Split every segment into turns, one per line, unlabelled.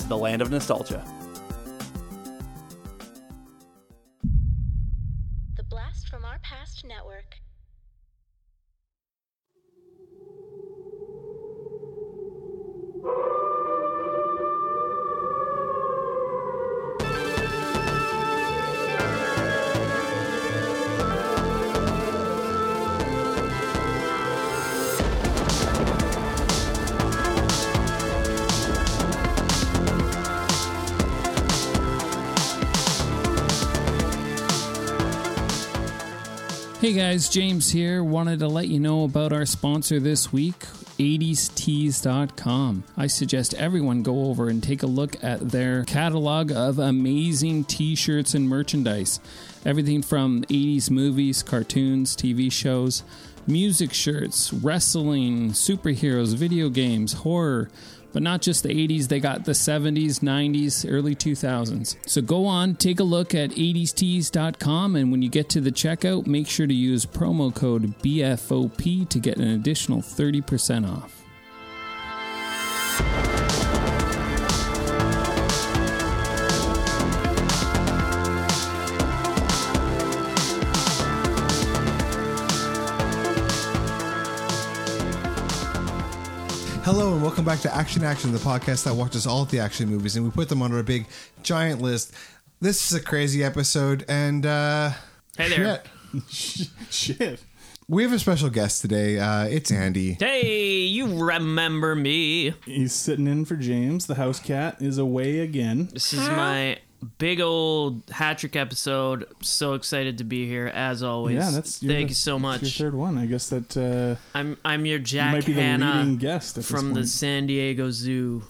to the land of nostalgia.
The Blast from Our Past Network.
Hey guys, James here. Wanted to let you know about our sponsor this week, 80stees.com. I suggest everyone go over and take a look at their catalog of amazing t shirts and merchandise. Everything from 80s movies, cartoons, TV shows, music shirts, wrestling, superheroes, video games, horror. But not just the 80s, they got the 70s, 90s, early 2000s. So go on, take a look at 80stees.com, and when you get to the checkout, make sure to use promo code BFOP to get an additional 30% off.
Hello and welcome back to Action Action, the podcast that watches all of the action movies and we put them on our big giant list. This is a crazy episode, and uh,
Hey there.
shit. We have a special guest today. Uh, it's Andy.
Hey, you remember me.
He's sitting in for James. The house cat is away again.
This is my big old hat trick episode. So excited to be here as always.
Yeah, that's your-
thank you so
that's
much.
Your third one, I guess that uh,
I'm I'm your
you
Jack
might be the leading
Hanna
guest at
from the
this
San Diego Zoo.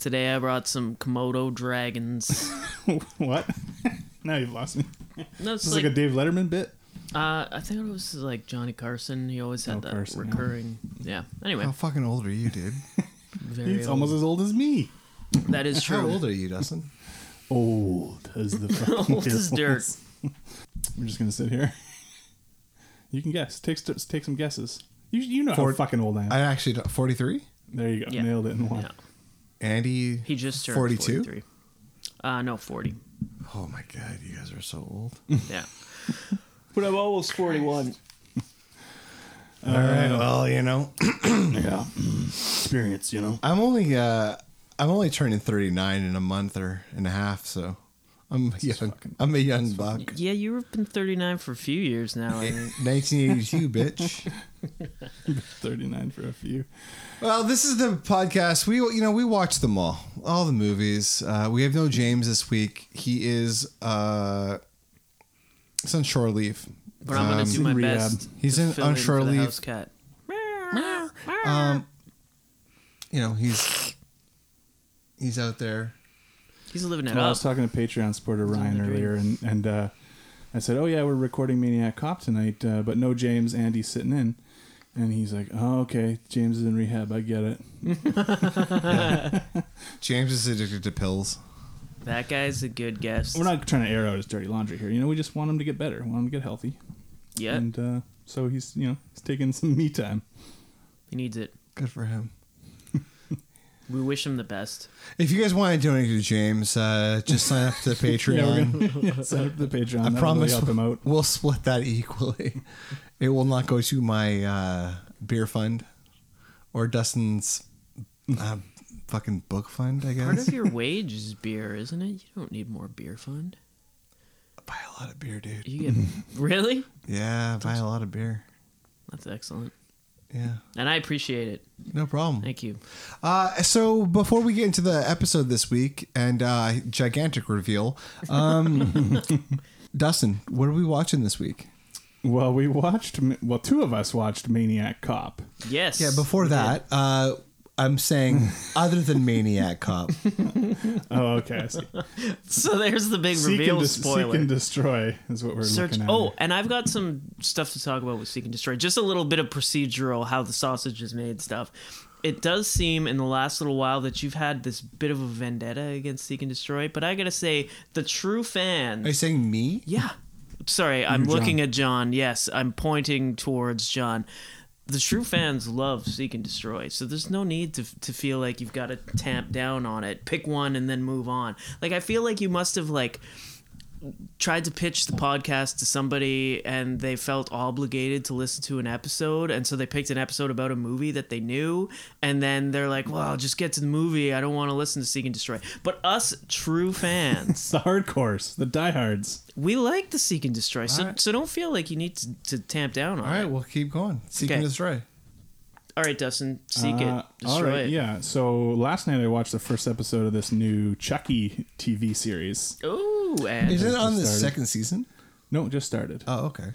Today I brought some Komodo dragons.
point. uh, what? now you've lost me.
No, it's
This is
like,
like a Dave Letterman bit.
uh, I think it was like Johnny Carson. He always had
Oh,
that
Carson, yeah.
recurring. Yeah. Anyway,
How fucking old are you, dude?
very
He's
old.
almost as old as me.
that is
How
true.
old are you, Dustin?
Old as the fucking
Old as
hills.
dirt.
We're just gonna sit here. You can guess. Take st- take some guesses. You you know
Fort-
how fucking old I am.
I actually forty three.
there you go.
Yeah.
Nailed it in one.
Yeah.
Andy,
He just turned
42?
43. Uh, no, 40.
Oh my god, you guys are so old.
Yeah.
But I'm almost forty-one.
all right, well, you know,
Yeah. Experience, you know.
I'm only uh, I'm only turning thirty nine in a month or and a half, so I'm young. I'm a young buck.
Yeah, you've been 39 for a few years now. I think.
1982, bitch.
Thirty-nine for a few.
Well, this is the podcast. We you know we watch them all, all the movies. Uh, we have no James this week. He is uh, he's on shore leave.
But I'm going
Um,
to do my
rehab.
best.
He's
to
in-
fill
on
for
shore
the
leave.
House cat.
Um, you know he's he's out there.
He's living it
Well, I
up.
was talking to Patreon supporter Ryan earlier, and and uh, I said, "Oh yeah, we're recording Maniac Cop tonight, uh, but no James. Andy's sitting in." And he's like, "Oh, okay. James is in rehab. I get it.
James is addicted to pills.
that guy's a good guest.
We're not trying to air out his dirty laundry here. You know, we just want him to get better. Want him to get healthy.
Yeah,
And uh, so he's, you know, he's taking some me time.
he needs it.
Good for him.
We wish him the best.
If you guys want to donate to James, uh, just sign up to the Patreon.
Yeah, we're gonna set up the Patreon.
I
That'll
promise
really help him out.
we'll split that equally. It will not go to my uh, beer fund or Dustin's uh, fucking book fund. I
Part
guess
of your wage is beer, isn't it? You don't need more beer fund.
I buy a lot of beer, dude.
You get really?
Yeah, I buy a lot of beer.
That's excellent,
Yeah,
and I appreciate it.
no problem.
Thank you.
Uh, so before we get into the episode this week and uh, gigantic reveal, um, Dustin, what are we watching this week?
Well, we watched. Ma- Well, two of us watched Maniac Cop.
Yes.
Yeah, before
we
that, uh, I'm saying other than Maniac Cop.
Oh, okay. I see.
So there's the big
Seek,
reveal
and de-
spoiler.
seek and destroy is what we're
Search.
looking at.
Oh, and I've got some stuff to talk about with Seek and Destroy. Just a little bit of procedural, how the sausage is made stuff. It does seem in the last little while that you've had this bit of a vendetta against Seek and Destroy, but I gotta say, the true fans.
Are you saying me?
Yeah. Sorry, I'm looking at John. Yes, I'm pointing towards John. The true fans love Seek and Destroy, so there's no need to, to feel like you've got to tamp down on it. Pick one and then move on. Like, I feel like you must have, like, tried to pitch the podcast to somebody and they felt obligated to listen to an episode and so they picked an episode about a movie that they knew and then they're like well I'll just get to the movie i don't want to listen to seek and destroy but us true fans
It's the hardcores, the diehards.
we like the seek and destroy, so,
Alright.
so don't feel like you need to, to tamp down on
All right,
it.
we'll keep going. Seek
Okay.
and destroy.
All right, Dustin, seek
Uh,
it, destroy it.
yeah. So last night I watched the first episode of this new Chucky TV series.
Ooh, and
Is it on the
started.
second season?
No, it just started.
Oh, okay.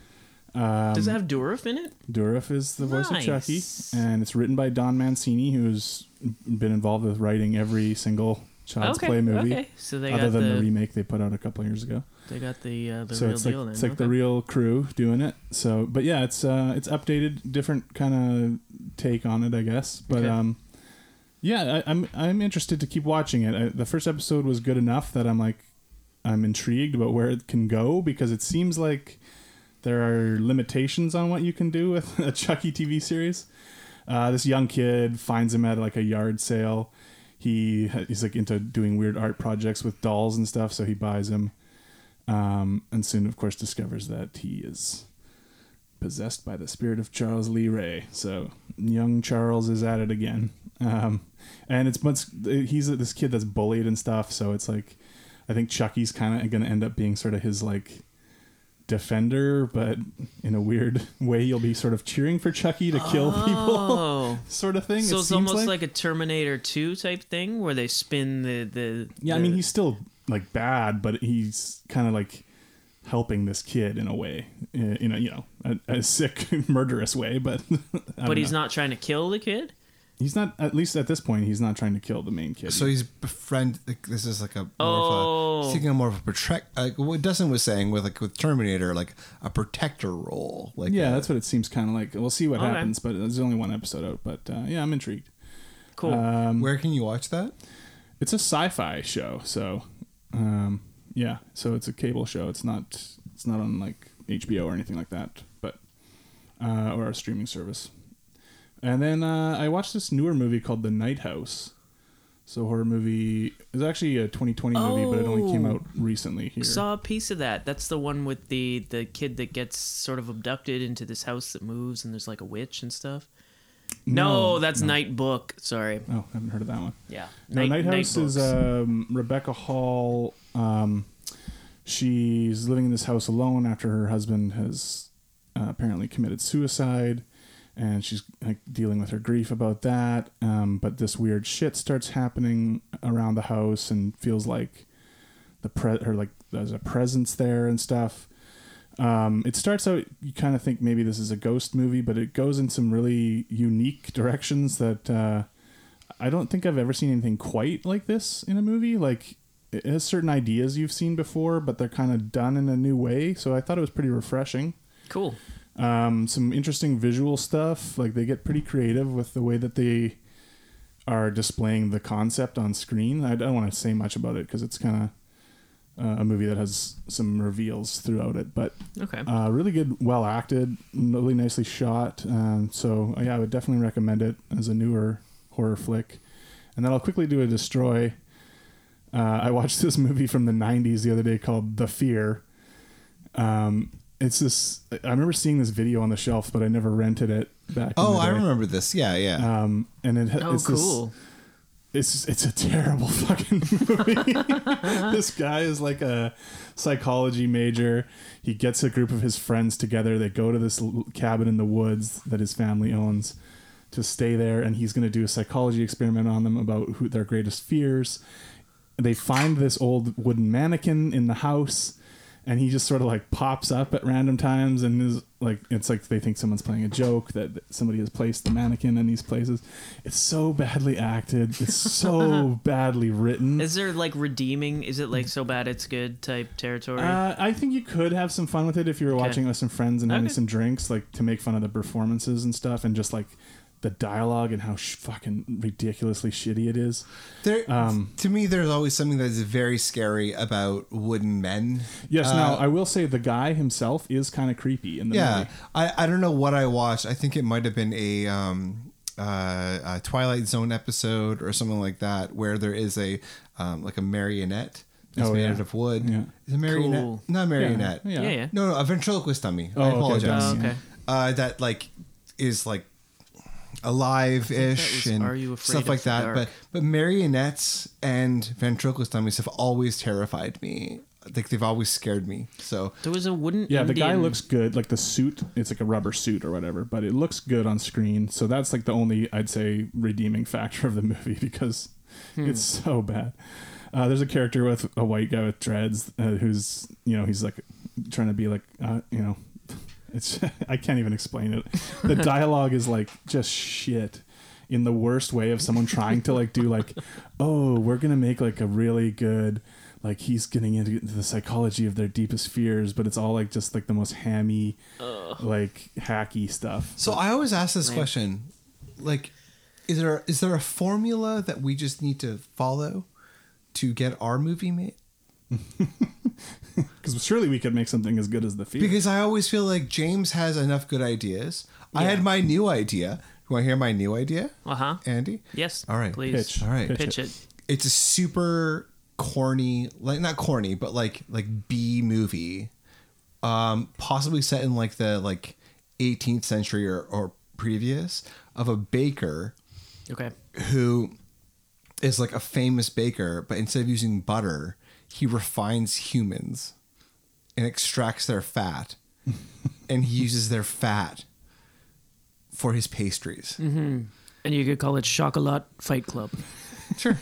Um,
does it have Durif in it?
Dourif is the voice
Nice.
of Chucky, and it's written by Don Mancini, who's been involved with writing every single Child's
Okay,
Play movie,
okay. So they
other
got
than the,
the-
remake they put out a couple years ago.
They got the uh, the
so
real
it's like
deal. then.
it's like the
okay.
real crew doing it. So, but yeah, it's uh, it's updated, different kind of take on it, I guess. But
Okay.
um, yeah, I, I'm I'm interested to keep watching it. I, the first episode was good enough that I'm like I'm intrigued about where it can go because it seems like there are limitations on what you can do with a Chucky TV series. Uh, this young kid finds him at like a yard sale. He he's like into doing weird art projects with dolls and stuff, so he buys him, um, and soon of course discovers that he is possessed by the spirit of Charles Lee Ray. So young Charles is at it again, um, and it's much. He's this kid that's bullied and stuff, so it's like I think Chucky's kind of going to end up being sort of his like defender, but in a weird way, you'll be sort of cheering for Chucky to kill people,
Oh,
sort of thing.
so
it
it's
seems
almost like, a Terminator Two type thing where they spin the the.
yeah. I
the-
mean, he's still like bad, but he's kind of like helping this kid in a way, in in a you know a, a sick murderous way, but
but he's not trying to kill the kid.
he's not at least at this point he's not trying to kill the main kid.
So he's befriend. Like, this is like a more of
Oh.
a taking a more of a protect. Like what Dustin was saying with like with Terminator, like a protector role. Like
yeah,
a-
that's what it seems kind of like. We'll see what
Okay.
happens, but there's only one episode out. But uh, yeah, I'm intrigued.
Cool.
Uh, um,
where can you watch that?
It's a sci-fi show, so um, yeah, so it's a cable show. It's not it's not on like HBO or anything like that, but uh, or a streaming service. And then uh, I watched this newer movie called The Night House. So horror movie It's actually a 2020 movie, but it only came
Oh.
out recently here.
Saw a piece of that. That's the one with the the kid that gets sort of abducted into this house that moves, and there's like a witch and stuff. No,
No,
that's Night Book. Sorry.
oh, I haven't heard of that one.
Yeah.
No, Night, House is
Books.
um, Rebecca Hall. Um, she's living in this house alone after her husband has uh, apparently committed suicide, and she's like dealing with her grief about that. Um, but this weird shit starts happening around the house, and feels like the pre- her like there's a presence there and stuff. Um, it starts out you kind of think maybe this is a ghost movie, but it goes in some really unique directions that uh, I don't think I've ever seen anything quite like this in a movie. Like it has certain ideas you've seen before, but they're kind of done in a new way. So I thought it was pretty refreshing.
cool.
Um, some interesting visual stuff. Like they get pretty creative with the way that they are displaying the concept on screen. I don't want to say much about it because it's kind of uh, a movie that has some reveals throughout it, but
Okay.
uh, really good, well acted, really nicely shot. Um, so uh, yeah, I would definitely recommend it as a newer horror flick. And then I'll quickly do a destroy. Uh, I watched this movie from the '90s the other day called The Fear. Um, it's this. I remember seeing this video on the shelf, but I never rented it back. in
Oh,
the
I
day.
remember this. Yeah, yeah.
Um, and it,
oh,
it's this-
cool.
it's it's a terrible fucking movie. this guy is like a psychology major. He gets a group of his friends together. They go to this l- cabin in the woods that his family owns to stay there, and he's going to do a psychology experiment on them about who their greatest fears. They find this old wooden mannequin in the house, and he just sort of like pops up at random times and is like it's like they think someone's playing a joke that that somebody has placed the mannequin in these places it's so badly acted it's so badly written
Is there like redeeming? Is it like so bad it's good type territory?
uh, I think you could have some fun with it if you were watching with some friends and having
Okay.
some drinks, like to make fun of the performances and stuff, and just like the dialogue and how sh- fucking ridiculously shitty it is.
There,
Um,
to me, there's always something that is very scary about wooden men.
Yes,
Uh,
now I will say the guy himself is kind of creepy in the
yeah,
movie.
I, I don't know what I watched. I think it might have been a um, uh, a Twilight Zone episode or something like that, where there is a um, like a marionette that's
Oh,
made
yeah.
out of wood.
Yeah.
Is a marionette?
Cool.
Not a marionette.
Yeah,
yeah, yeah.
No, no, a ventriloquist dummy.
Oh,
I
okay,
apologize.
Oh,
yeah.
okay.
uh, that like is like
I think
alive-ish
that was
and
Are You Afraid
stuff
of
like
the
that.
Dark?
But but marionettes and ventriloquist dummies have always terrified me. Like they've always scared me. So
There was a wooden.
Yeah, the guy
Indian-
looks good. Like the suit, it's like a rubber suit or whatever, but it looks good on screen. So that's like the only I'd say redeeming factor of the movie because it's so bad. Uh, there's a character with a white guy with dreads uh, who's you know he's like trying to be like uh, you know it's I can't even explain it. The dialogue is like just shit in the worst way of someone trying to like do like oh we're gonna make like a really good like he's getting into the psychology of their deepest fears but it's all like just like the most hammy like hacky stuff
so I always ask this question, like, is there is there a formula that we just need to follow to get our movie made?
because surely we could make something as good as the fear
Because I always feel like James has enough good ideas. I had my new idea. Do I hear my new idea?
Uh-huh.
Andy?
Yes.
All right.
Please.
Pitch.
All right.
Pitch,
Pitch
it.
it's a super corny like not corny but like like b movie um possibly set in like the like 18th century or, or previous of a baker
Okay.
who is like a famous baker but instead of using butter he refines humans and extracts their fat and he uses their fat for his pastries
Mm-hmm.
And you could call it Chocolat Fight Club.
sure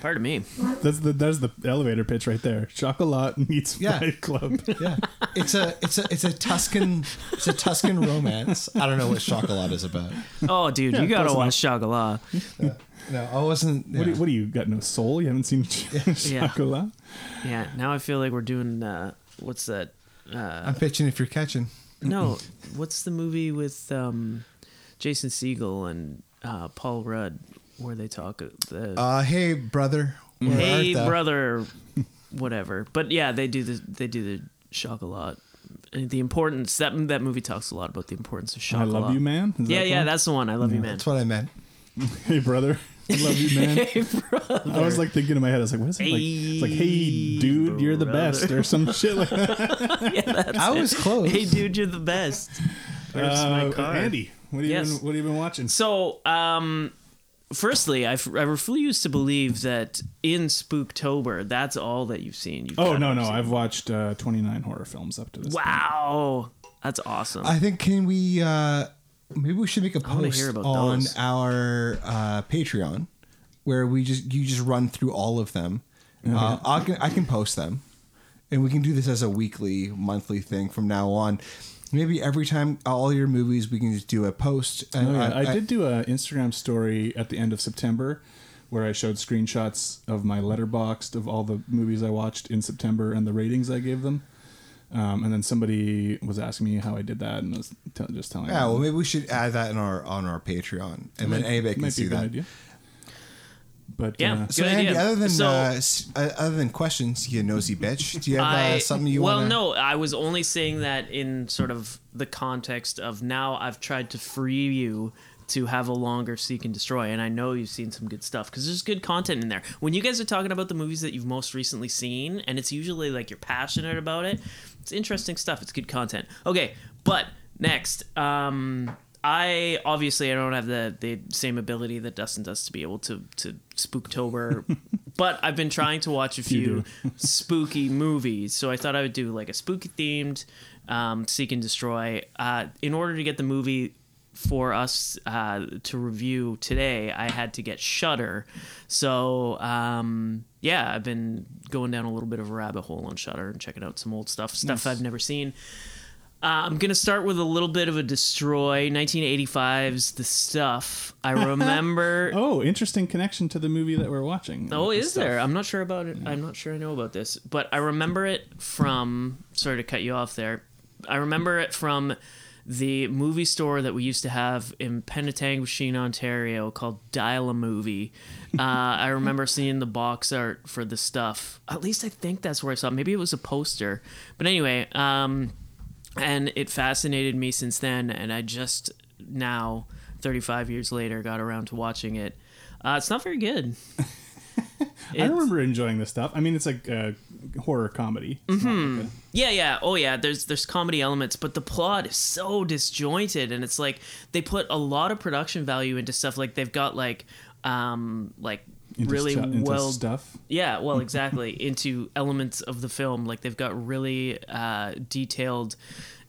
Pardon me.
that's the that's the elevator pitch right there chocolat meets
Yeah.
fight club
Yeah, it's a it's a it's a Tuscan it's a Tuscan romance. I don't know what chocolate is about.
Oh, dude, you gotta watch Chocolat.
No, I wasn't.
what, do
yeah.
you, what do you got no soul you haven't seen chocolat
Yeah. Now I feel like we're doing. Uh, what's that?
I'm pitching if you're catching.
No. what's the movie with um, Jason Siegel and uh, Paul Rudd where they talk? The,
Uh, hey brother. where
hey
art thou?
brother whatever but yeah they do the they do the shock a lot And the importance that that movie talks a lot about the importance of shock
I love you man Is
yeah
that the
yeah
one?
that's the one i love you man
That's what I meant.
hey brother I love you man I was like thinking in my head I was like what is it like it's like hey dude you're the best or some shit like that
I was close.
hey dude you're the best Where's my
Uh,
card?
Andy what have you
Yes.
been what have you been watching
So, um, firstly, I, f- I refuse to believe that in Spooktober, that's all that you've seen. You've
Oh
got-
no no! I've watched uh, 29 horror films up to this.
Wow, that's awesome.
I think can we uh maybe we should make a
wanna
post
hear about
on
those.
our uh Patreon where we just you just run through all of them.
Oh,
Uh, I can I can post them. And we can do this as a weekly, monthly thing from now on. Maybe every time uh, all your movies we can just do a post. And uh,
Oh, yeah.
I-
I
I-
did do an Instagram story at the end of September, where I showed screenshots of my letterboxed of all the movies I watched in September and the ratings I gave them. Um, and then somebody was asking me how I did that, and I was t- just telling.
Yeah,
them.
well, maybe we should add that in our on our Patreon, and then anybody can
might
see
be a good
that.
idea. But
Yeah.
uh,
So,
Good
Andy,
idea.
other than
So-
uh, s- uh, other than questions, you nosy bitch, do you have
I-
uh, something you
well
want?
no i was only saying that in sort of the context of now i've tried to free you to have a longer seek and destroy and i know you've seen some good stuff because there's good content in there when you guys are talking about the movies that you've most recently seen and it's usually like you're passionate about it it's interesting stuff it's good content okay but next um I obviously I don't have the, the same ability that Dustin does to be able to to spooktober, but I've been trying to watch a few
do.
spooky movies. So I thought I would do like a spooky themed um, seek and destroy. Uh, in order to get the movie for us uh, to review today, I had to get Shutter. So um, yeah, I've been going down a little bit of a rabbit hole on Shutter and checking out some old stuff, stuff I've never seen. Uh, I'm gonna start with a little bit of a destroy 1985's The Stuff. I remember.
Oh, interesting connection to the movie that we're watching.
Oh,
With the
is
stuff. Mm.
there? I'm not sure about it. I'm not sure I know about this, but I remember it from. Sorry to cut you off there. I remember it from the movie store that we used to have in Penetanguishene, Ontario, called Dial a Movie. Uh, I remember seeing the box art for the stuff. At least I think that's where I saw. it. Maybe it was a poster, but anyway. Um, and it fascinated me since then and i just now 35 years later got around to watching it uh, it's not very good
I
It's-
remember enjoying this stuff. I mean, it's like a horror comedy.
Mm-hmm.
It's not like a-
yeah yeah oh yeah there's there's comedy elements but the plot is so disjointed and it's like they put a lot of production value into stuff like they've got like um like
into
really
stu- into
well
stuff.
Yeah, well, exactly. into elements of the film, like they've got really uh, detailed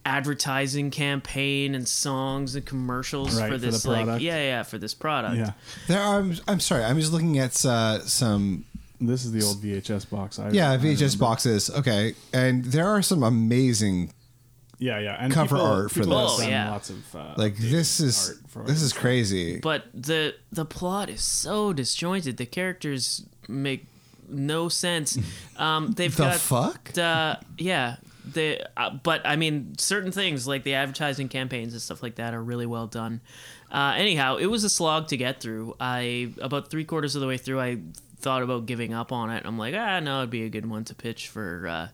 advertising campaign and songs and commercials
Right,
for
for the
this, like,
product.
yeah, yeah, for this product.
Yeah,
There are, I'm, I'm sorry. I'm just looking at uh, some
this is the old VHS box. I, I
yeah
remember.
VHS boxes. Okay, and there are some amazing
Yeah, yeah. And
Cover
people-
art for
people have
this.
done
Oh, yeah.
Lots of uh,
like this is
art for-
this is crazy.
But the the plot is so disjointed. The characters make no sense. Um, they've
The
got
fuck?
Uh, yeah. The uh, but I mean certain things like the advertising campaigns and stuff like that are really well done. Uh, anyhow, it was a slog to get through. I about three quarters of the way through, I thought about giving up on it. I'm like, ah, no, it'd be a good one to pitch for uh,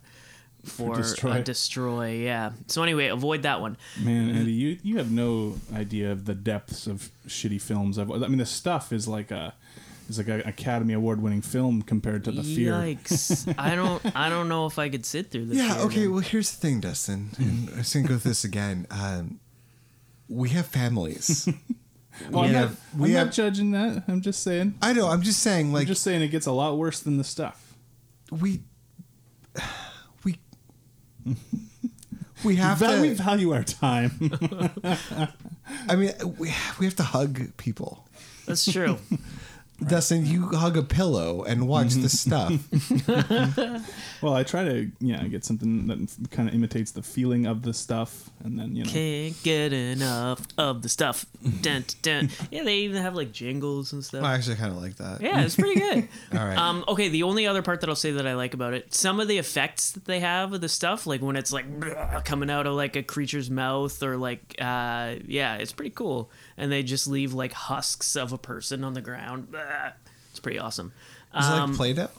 for, destroy.
Destroy.
destroy. Yeah. So anyway, avoid that one.
Man,
mm-hmm.
Eddie, you, you have no idea of the depths of shitty films. I've, I mean, the stuff is like a is like an Academy Award winning film compared to the Fear.
Yikes! I don't I don't know if I could sit through this.
Yeah.
here,
Okay.
man.
Well, here's the thing, Dustin. And I'm just gonna go with this again. Um, we have families.
Well, Oh, I'm,
We
not,
have-
I'm
we
not
have-
judging that. I'm just saying.
I know. I'm just saying.
I'm
Like
just saying it gets a lot worse than the stuff.
we, we, we have
Val- we
to.
value our time.
I mean, we, we have to hug people.
that's true.
Dustin, you hug a pillow and watch
Mm-hmm.
the stuff.
well, I try to yeah get something that kind of imitates the feeling of the stuff, and then you know.
Can't get enough of the stuff. Dun, dun. Yeah, they even have like jingles and
I
stuff.
actually kind of like that.
Yeah, it's pretty good.
All right.
Um, okay, the only other part that I'll say that I like about it, some of the effects that they have of the stuff, like when it's like coming out of like a creature's mouth or like, uh, yeah, it's pretty cool. And they just leave like husks of a person on the ground. It's pretty awesome.
Is it
Um,
like Play-Doh?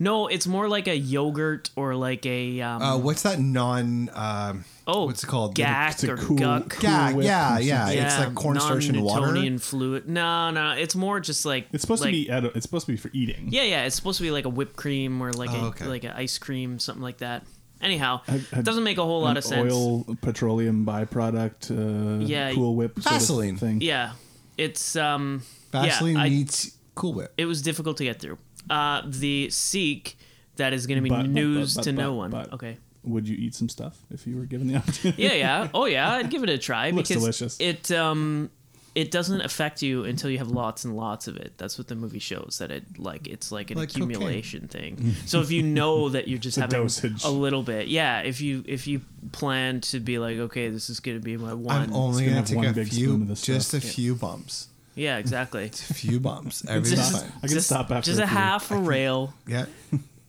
no, it's more like a yogurt or like a um,
Uh, what's that non? Um,
oh,
what's it called?
Gak
a
or
cool-
guck.
yeah,
Cool Whip
yeah,
and
yeah.
stuff.
It's like cornstarch and water.
non-Newtonian fluid. No, no, it's more just like
It's supposed
like-
to be edi- it's supposed to be for eating.
Yeah, yeah, it's supposed to be like a whipped cream or like
Oh,
a
okay.
like an ice cream, something like that. Anyhow,
I-
it doesn't make a whole lot
An
of sense.
Oil, petroleum byproduct. Uh,
Yeah.
Cool Whip. sort of
Vaseline.
thing.
Yeah, it's um,
Vaseline
yeah, I-
meets Cool Whip.
it was difficult to get through. Uh, the seek that is going to be
But- but-
news
but-
to
but-
no
but-
one.
but-
okay.
Would you eat some stuff if you were given the opportunity?
Yeah, yeah. Oh, yeah. I'd give it a try
Looks
because
delicious.
it um it doesn't affect you until you have lots and lots of it. That's what the movie shows that it like it's like an
Like cocaine.
accumulation thing. So if you know that you're just
a
having
dosage.
a little bit, yeah. If you if you plan to be like, okay, this is gonna be my one.
I'm only
gonna
gonna,
have one
take a
big spoon of
few,
this
just a
stuff.
few bumps,
yeah, exactly.
a few bumps. Everything's
Just-
fine.
I can
just,
stop after
just a
a few.
half a rail.
Yeah,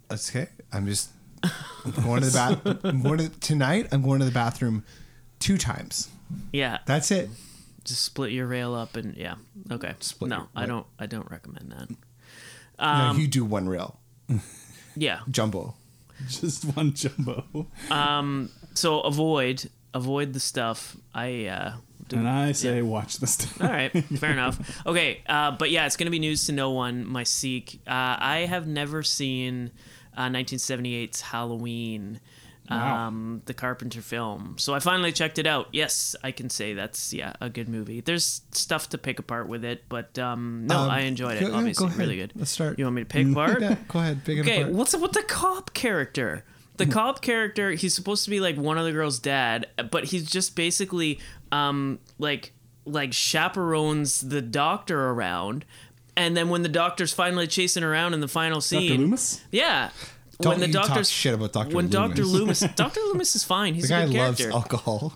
that's okay. I'm just I'm going to the bath. I'm going to tonight. I'm going to the bathroom two times.
Yeah,
That's it.
just split your rail up and yeah. Okay.
Split
no,
your-
I don't. I don't recommend that. Um,
no, you do one rail
Yeah.
jumbo.
Just one jumbo.
So avoid avoid the stuff. I uh, do
And I say, watch this. stuff.
All right, fair enough. Okay, uh, but yeah, it's gonna be news to no one. My seek. Uh, I have never seen uh, 1978's Halloween, um, the Carpenter film. So I finally checked it out. Yes, I can say that's yeah a good movie. There's stuff to pick apart with it, but um, no,
Um,
I enjoyed
go-
it.
yeah,
Obviously,
go ahead.
really good.
Let's start.
You want me to pick apart?
Yeah, go ahead. Big
Okay,
apart.
what's up with the cop character? The
Hmm.
cop character, he's supposed to be like one of the girl's dad, but he's just basically um like like chaperones the doctor around, and then when the doctor's finally chasing around in the final scene,
Dr. Loomis?
yeah.
Don't
when the
you talk
doctor's
shit about Dr.
When Dr.
Loomis.
Loomis, Dr. Loomis is fine. He's
The guy
a good
loves
character.
alcohol.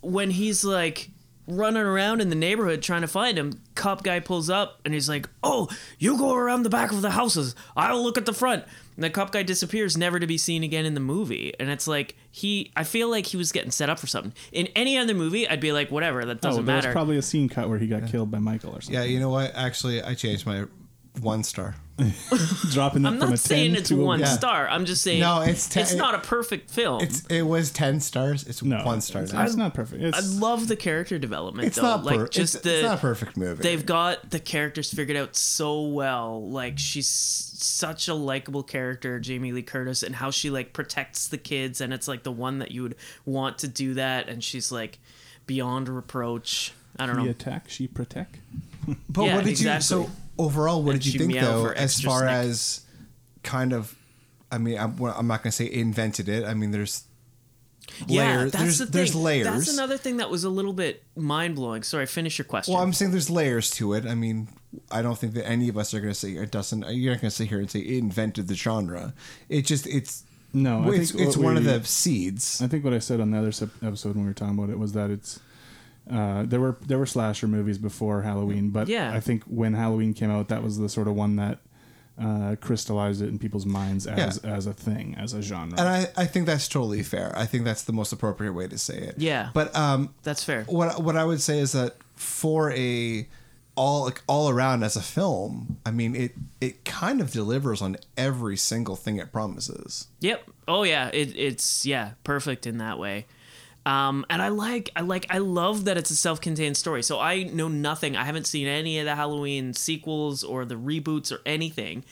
when he's like running around in the neighborhood trying to find him, cop guy pulls up and he's like, "Oh, you go around the back of the houses. I'll look at the front." And the cop guy disappears, never to be seen again in the movie. And it's like he, I feel like he was getting set up for something. In any other movie, I'd be like, "Whatever, that
Oh,
doesn't
there was
matter."
probably a scene cut where he got killed by Michael or something.
Yeah, you know what? Actually, I changed my one star.
Dropping it
I'm
from a
not saying
10
it's
to a
one
Yeah.
star. I'm just saying
No, it's te-
it's not a perfect film.
It's it was ten stars. It's
No,
one star.
It's,
now.
it's not perfect.
I
It's,
love the character development.
It's
though.
not
like
per-
just
it's,
the
it's not a perfect movie.
They've got the characters figured out so well. Like she's such a likable character, Jamie Lee Curtis, and how she like protects the kids, and it's like the one that you would want to do that, and she's like beyond reproach. I don't know.
the attack, she protect.
but
yeah,
what did you so
exactly.
overall? What
And
did you
she
think
meowed
though,
for
as
extra
far
snack.
as kind of? I mean, I'm, well, I'm not going to say invented it. I mean, there's
Yeah,
layers.
that's
there's
the thing.
there's layers.
That's another thing that was a little bit mind blowing. Sorry, finish your question.
Well, I'm saying there's layers to it. I mean, I don't think that any of us are going to say it doesn't. You're not going to sit here and say it invented the genre. It just it's
No, I
it's,
think
it's
what
one of
we-
the seeds.
I think what I said on the other sep- episode when we were talking about it was that it's uh, there were there were slasher movies before Halloween, but
Yeah.
I think when Halloween came out, that was the sort of one that uh, crystallized it in people's minds as
Yeah.
as a thing, as a genre.
and I, I think that's totally fair. I think that's the most appropriate way to say it.
Yeah.
But um,
that's fair.
what what I would say is that for a all like, all around as a film, I mean it it kind of delivers on every single thing it promises.
Yep. Oh yeah. It, it's yeah perfect in that way. Um, and I like I like I love that it's a self-contained story. So I know nothing. I haven't seen any of the Halloween sequels or the reboots or anything.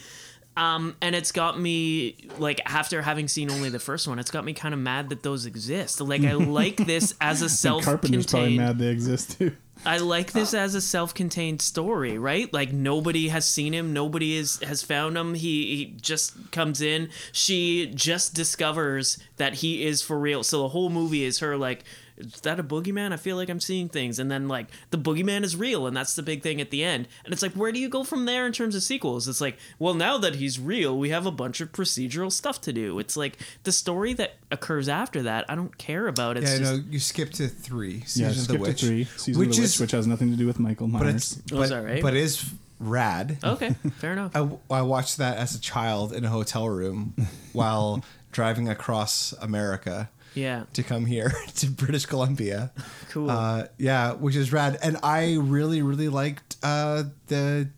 Um, and it's got me like after having seen only the first one, it's got me kind of mad that those exist. Like I like this as a
think Carpenter's
self-contained.
probably mad they exist too.
I like this
uh,
as a self-contained story, right? Like nobody has seen him, nobody is has found him. He, he just comes in. She just discovers that he is for real. So the whole movie is her like, is that a boogeyman? I feel like I'm seeing things, and then like the boogeyman is real, and that's the big thing at the end. And it's like, where do you go from there in terms of sequels? It's like, well, now that he's real, we have a bunch of procedural stuff to do. It's like the story that occurs after that, I don't care about. It's
yeah,
just,
no, you skip to three. Season
Yeah,
of the
skip to
Witch,
three, season
which
of the
is
witch, which has nothing to do with Michael Myers.
but it's
was Oh.
but,
alright.
but is rad.
okay, fair enough.
I, I watched that as a child in a hotel room while driving across America
Yeah,
to come here to British Columbia.
cool.
Uh, yeah, which is rad. And I really, really liked uh, the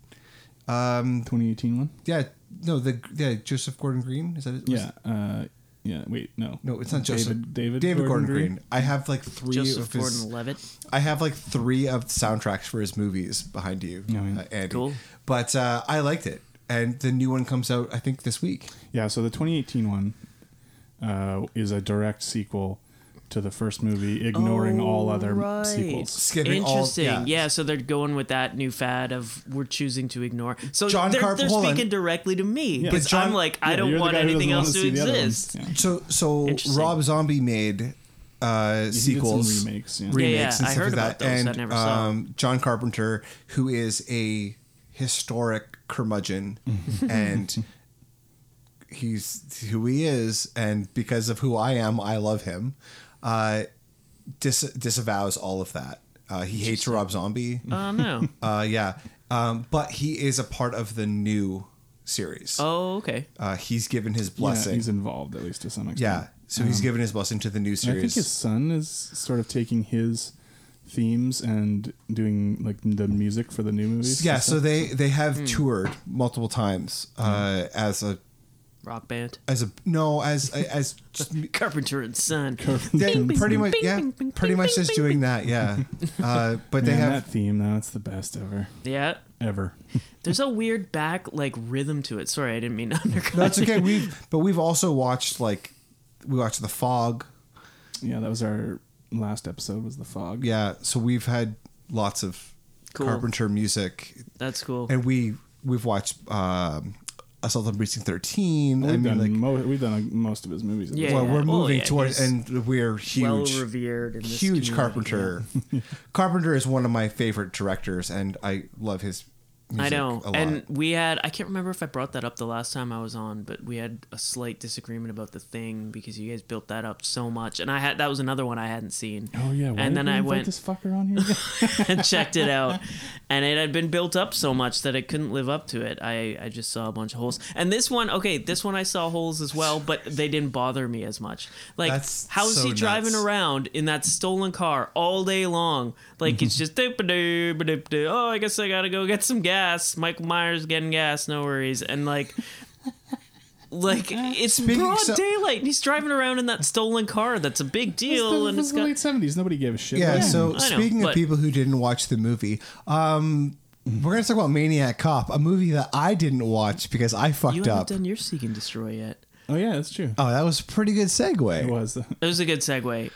2018 one.
yeah no the yeah Joseph Gordon Green is that it? Was-
Yeah. Uh, yeah. Wait. No.
No, it's not Joseph.
David. David.
David Gordon, Green. I have like three
Joseph
of his.
Gordon-Levitt.
I have like three of the soundtracks for his movies behind you,
Oh, yeah.
uh, Andy.
Cool.
But uh, I liked it, and the new one comes out I think this week.
Yeah, so the 2018 one uh, is a direct sequel to the first movie, ignoring
Oh,
all other
right.
sequels.
Skipping all-
Interesting.
yeah.
yeah. so they're going with that new fad of we're choosing to ignore. So
John
they're,
Carp-
they're
hold on.
speaking directly to me
Yeah.
because
But John-
I'm like, I
Yeah,
don't
you're the
want
guy who
anything
doesn't
else to
wanna see the other ones.
exist.
Yeah.
So so
Interesting.
Rob Zombie made uh,
He did some
sequels,
remakes. Yeah.
Yeah.
remakes and
I
stuff like
heard about
that.
those.
And
I never saw.
um, John Carpenter, who is a historic curmudgeon,
Mm-hmm.
and he's who he is, and because of who I am, I love him. Uh, dis- disavows all of that. Uh, he hates Rob Zombie.
Oh no.
Uh, yeah, um, but he is a part of the new series.
oh okay.
Uh, he's given his
Yeah,
blessing.
he's involved at least to some extent.
Yeah. So he's given his blessing to the new
And Um, I
series.
think his son is sort of taking his themes and doing like the music for the new movies.
yeah.
and
So
stuff.
they they have
Hmm.
toured multiple times uh,
Hmm.
as a
Rock band.
as a no as as just,
Carpenter and Son.
yeah,
Bing, bing,
pretty
bing,
much
bing,
yeah
bing, bing,
pretty
bing,
much
bing,
just
bing,
doing that yeah. Uh, but they
Man,
have
that theme though. It's the best ever.
yeah.
Ever.
There's a weird back like rhythm to it. Sorry, I didn't mean to undercut.
no it's
you.
okay we have but we've also watched like we watched The Fog
yeah, that was our last episode. Was the fog?
yeah so we've had lots of
Cool.
Carpenter music
That's cool.
and we we've watched um, Assault on Precinct 13.
We've,
I mean,
done
like,
mo- we've done like, most of his movies. at this
Yeah.
well, we're
Oh,
moving
yeah,
towards,
he's
and we're
well
huge,
revered. In this
huge
community.
Carpenter. Carpenter is one of my favorite directors, and I love his.
I
Music
know.
a lot.
And we had, I can't remember if I brought that up the last time I was on, but we had a slight disagreement about the thing because you guys built that up so much. And I had, that was another one I hadn't seen.
point. Oh yeah. Why
and then
did we
I
invite
went
this fucker on here. again?
and checked it out. And it had been built up so much that it couldn't live up to it. I, I just saw a bunch of holes. And this one, okay, this one I saw holes as well, but they didn't bother me as much. Like,
That's
how is
so
he driving
nuts.
around in that stolen car all day long? Like,
Mm-hmm.
it's just, "Doop-a-doop, ba-doop-doo. oh, I guess I gotta go get some gas. Michael Myers getting gas, no worries. And like, like it's
Speaking
broad
so-
daylight, and he's driving around in that stolen car. That's a big
It
deal,
was
and
the
it's got
late seventies. Nobody gave a shit.
Yeah,
about him.
so
I know,
speaking
but-
of people who didn't watch the movie, um,
Mm-hmm.
we're going to talk about Maniac Cop, a movie that I didn't watch because I
you
fucked
haven't
up.
done your seek and destroy yet.
Oh yeah, that's true.
oh, that was a pretty good segue.
It was.
It was a good segue.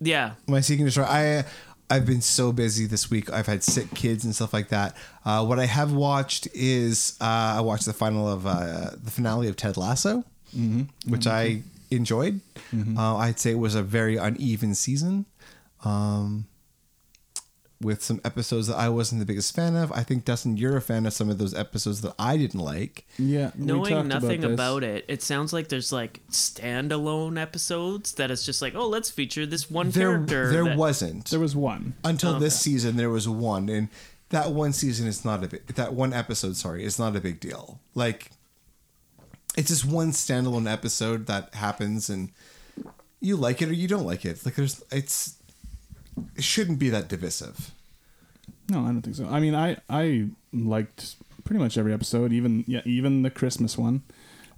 Yeah.
my seeking destroy. I I've been so busy this week. I've had sick kids and stuff like that. Uh, what I have watched is uh, I watched the final of uh, the finale of Ted Lasso, which I enjoyed. Uh, I'd say it was a very uneven season. Um, with some episodes that I wasn't the biggest fan of. I think Dustin, you're a fan of some of those episodes that I didn't like.
Yeah. we talked
Knowing nothing
this.
about, it, it sounds like there's like standalone episodes that it's just like, oh, let's feature this one
There,
character.
there
that-
wasn't.
There was one.
until this season there was one and that one season is not a big that one episode sorry is not a big deal like it's just one standalone episode that happens and you like it or you don't like it like there's it's it shouldn't be that divisive
No, I don't think so. I mean, I I liked pretty much every episode, even yeah, even the Christmas one.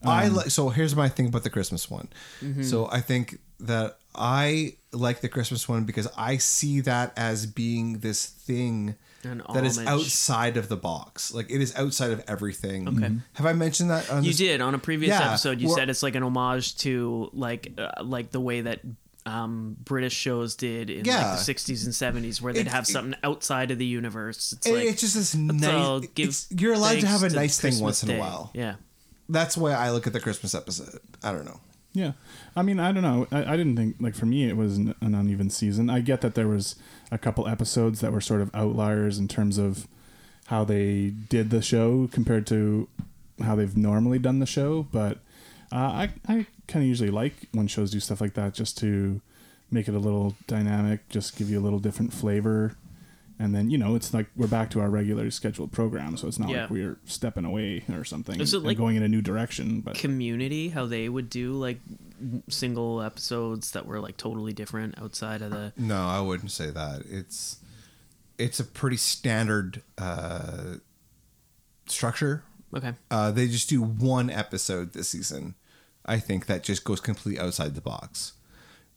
Um,
I like so here's my thing about the Christmas one.
Mm-hmm.
So I think that I like the Christmas one because I see that as being this thing
An
that is
homage.
outside of the box. Like it is outside of everything.
Okay.
Have I mentioned that on
You
this-
did on a previous
Yeah,
episode. You
well-
said it's like an homage to like uh, like the way that um, British shows did in
Yeah.
like the 60s and 70s, where they'd
It-
have
it-
something outside of the universe. It's
It-
like
it's just this
all
nice.
give
it's- you're allowed to
thanks
have a
to
nice thing
Christmas
once in
Day.
a while.
Yeah.
That's why I look at the Christmas episode. I don't know.
Yeah, I mean, I don't know. I, I didn't think like for me it was an, an uneven season. I get that there was a couple episodes that were sort of outliers in terms of how they did the show compared to how they've normally done the show, but uh, I I kind of usually like when shows do stuff like that just to make it a little dynamic, just give you a little different flavor. And then you know it's like we're back to our regularly scheduled program, so it's not
Yeah.
like we're stepping away or something
Is it
and
like-
going in a new direction. But
community how they would do like single episodes that were like totally different outside of the
No, I wouldn't say that. It's it's a pretty standard uh, structure
okay
Uh, they just do one episode this season. I think that just goes completely outside the box,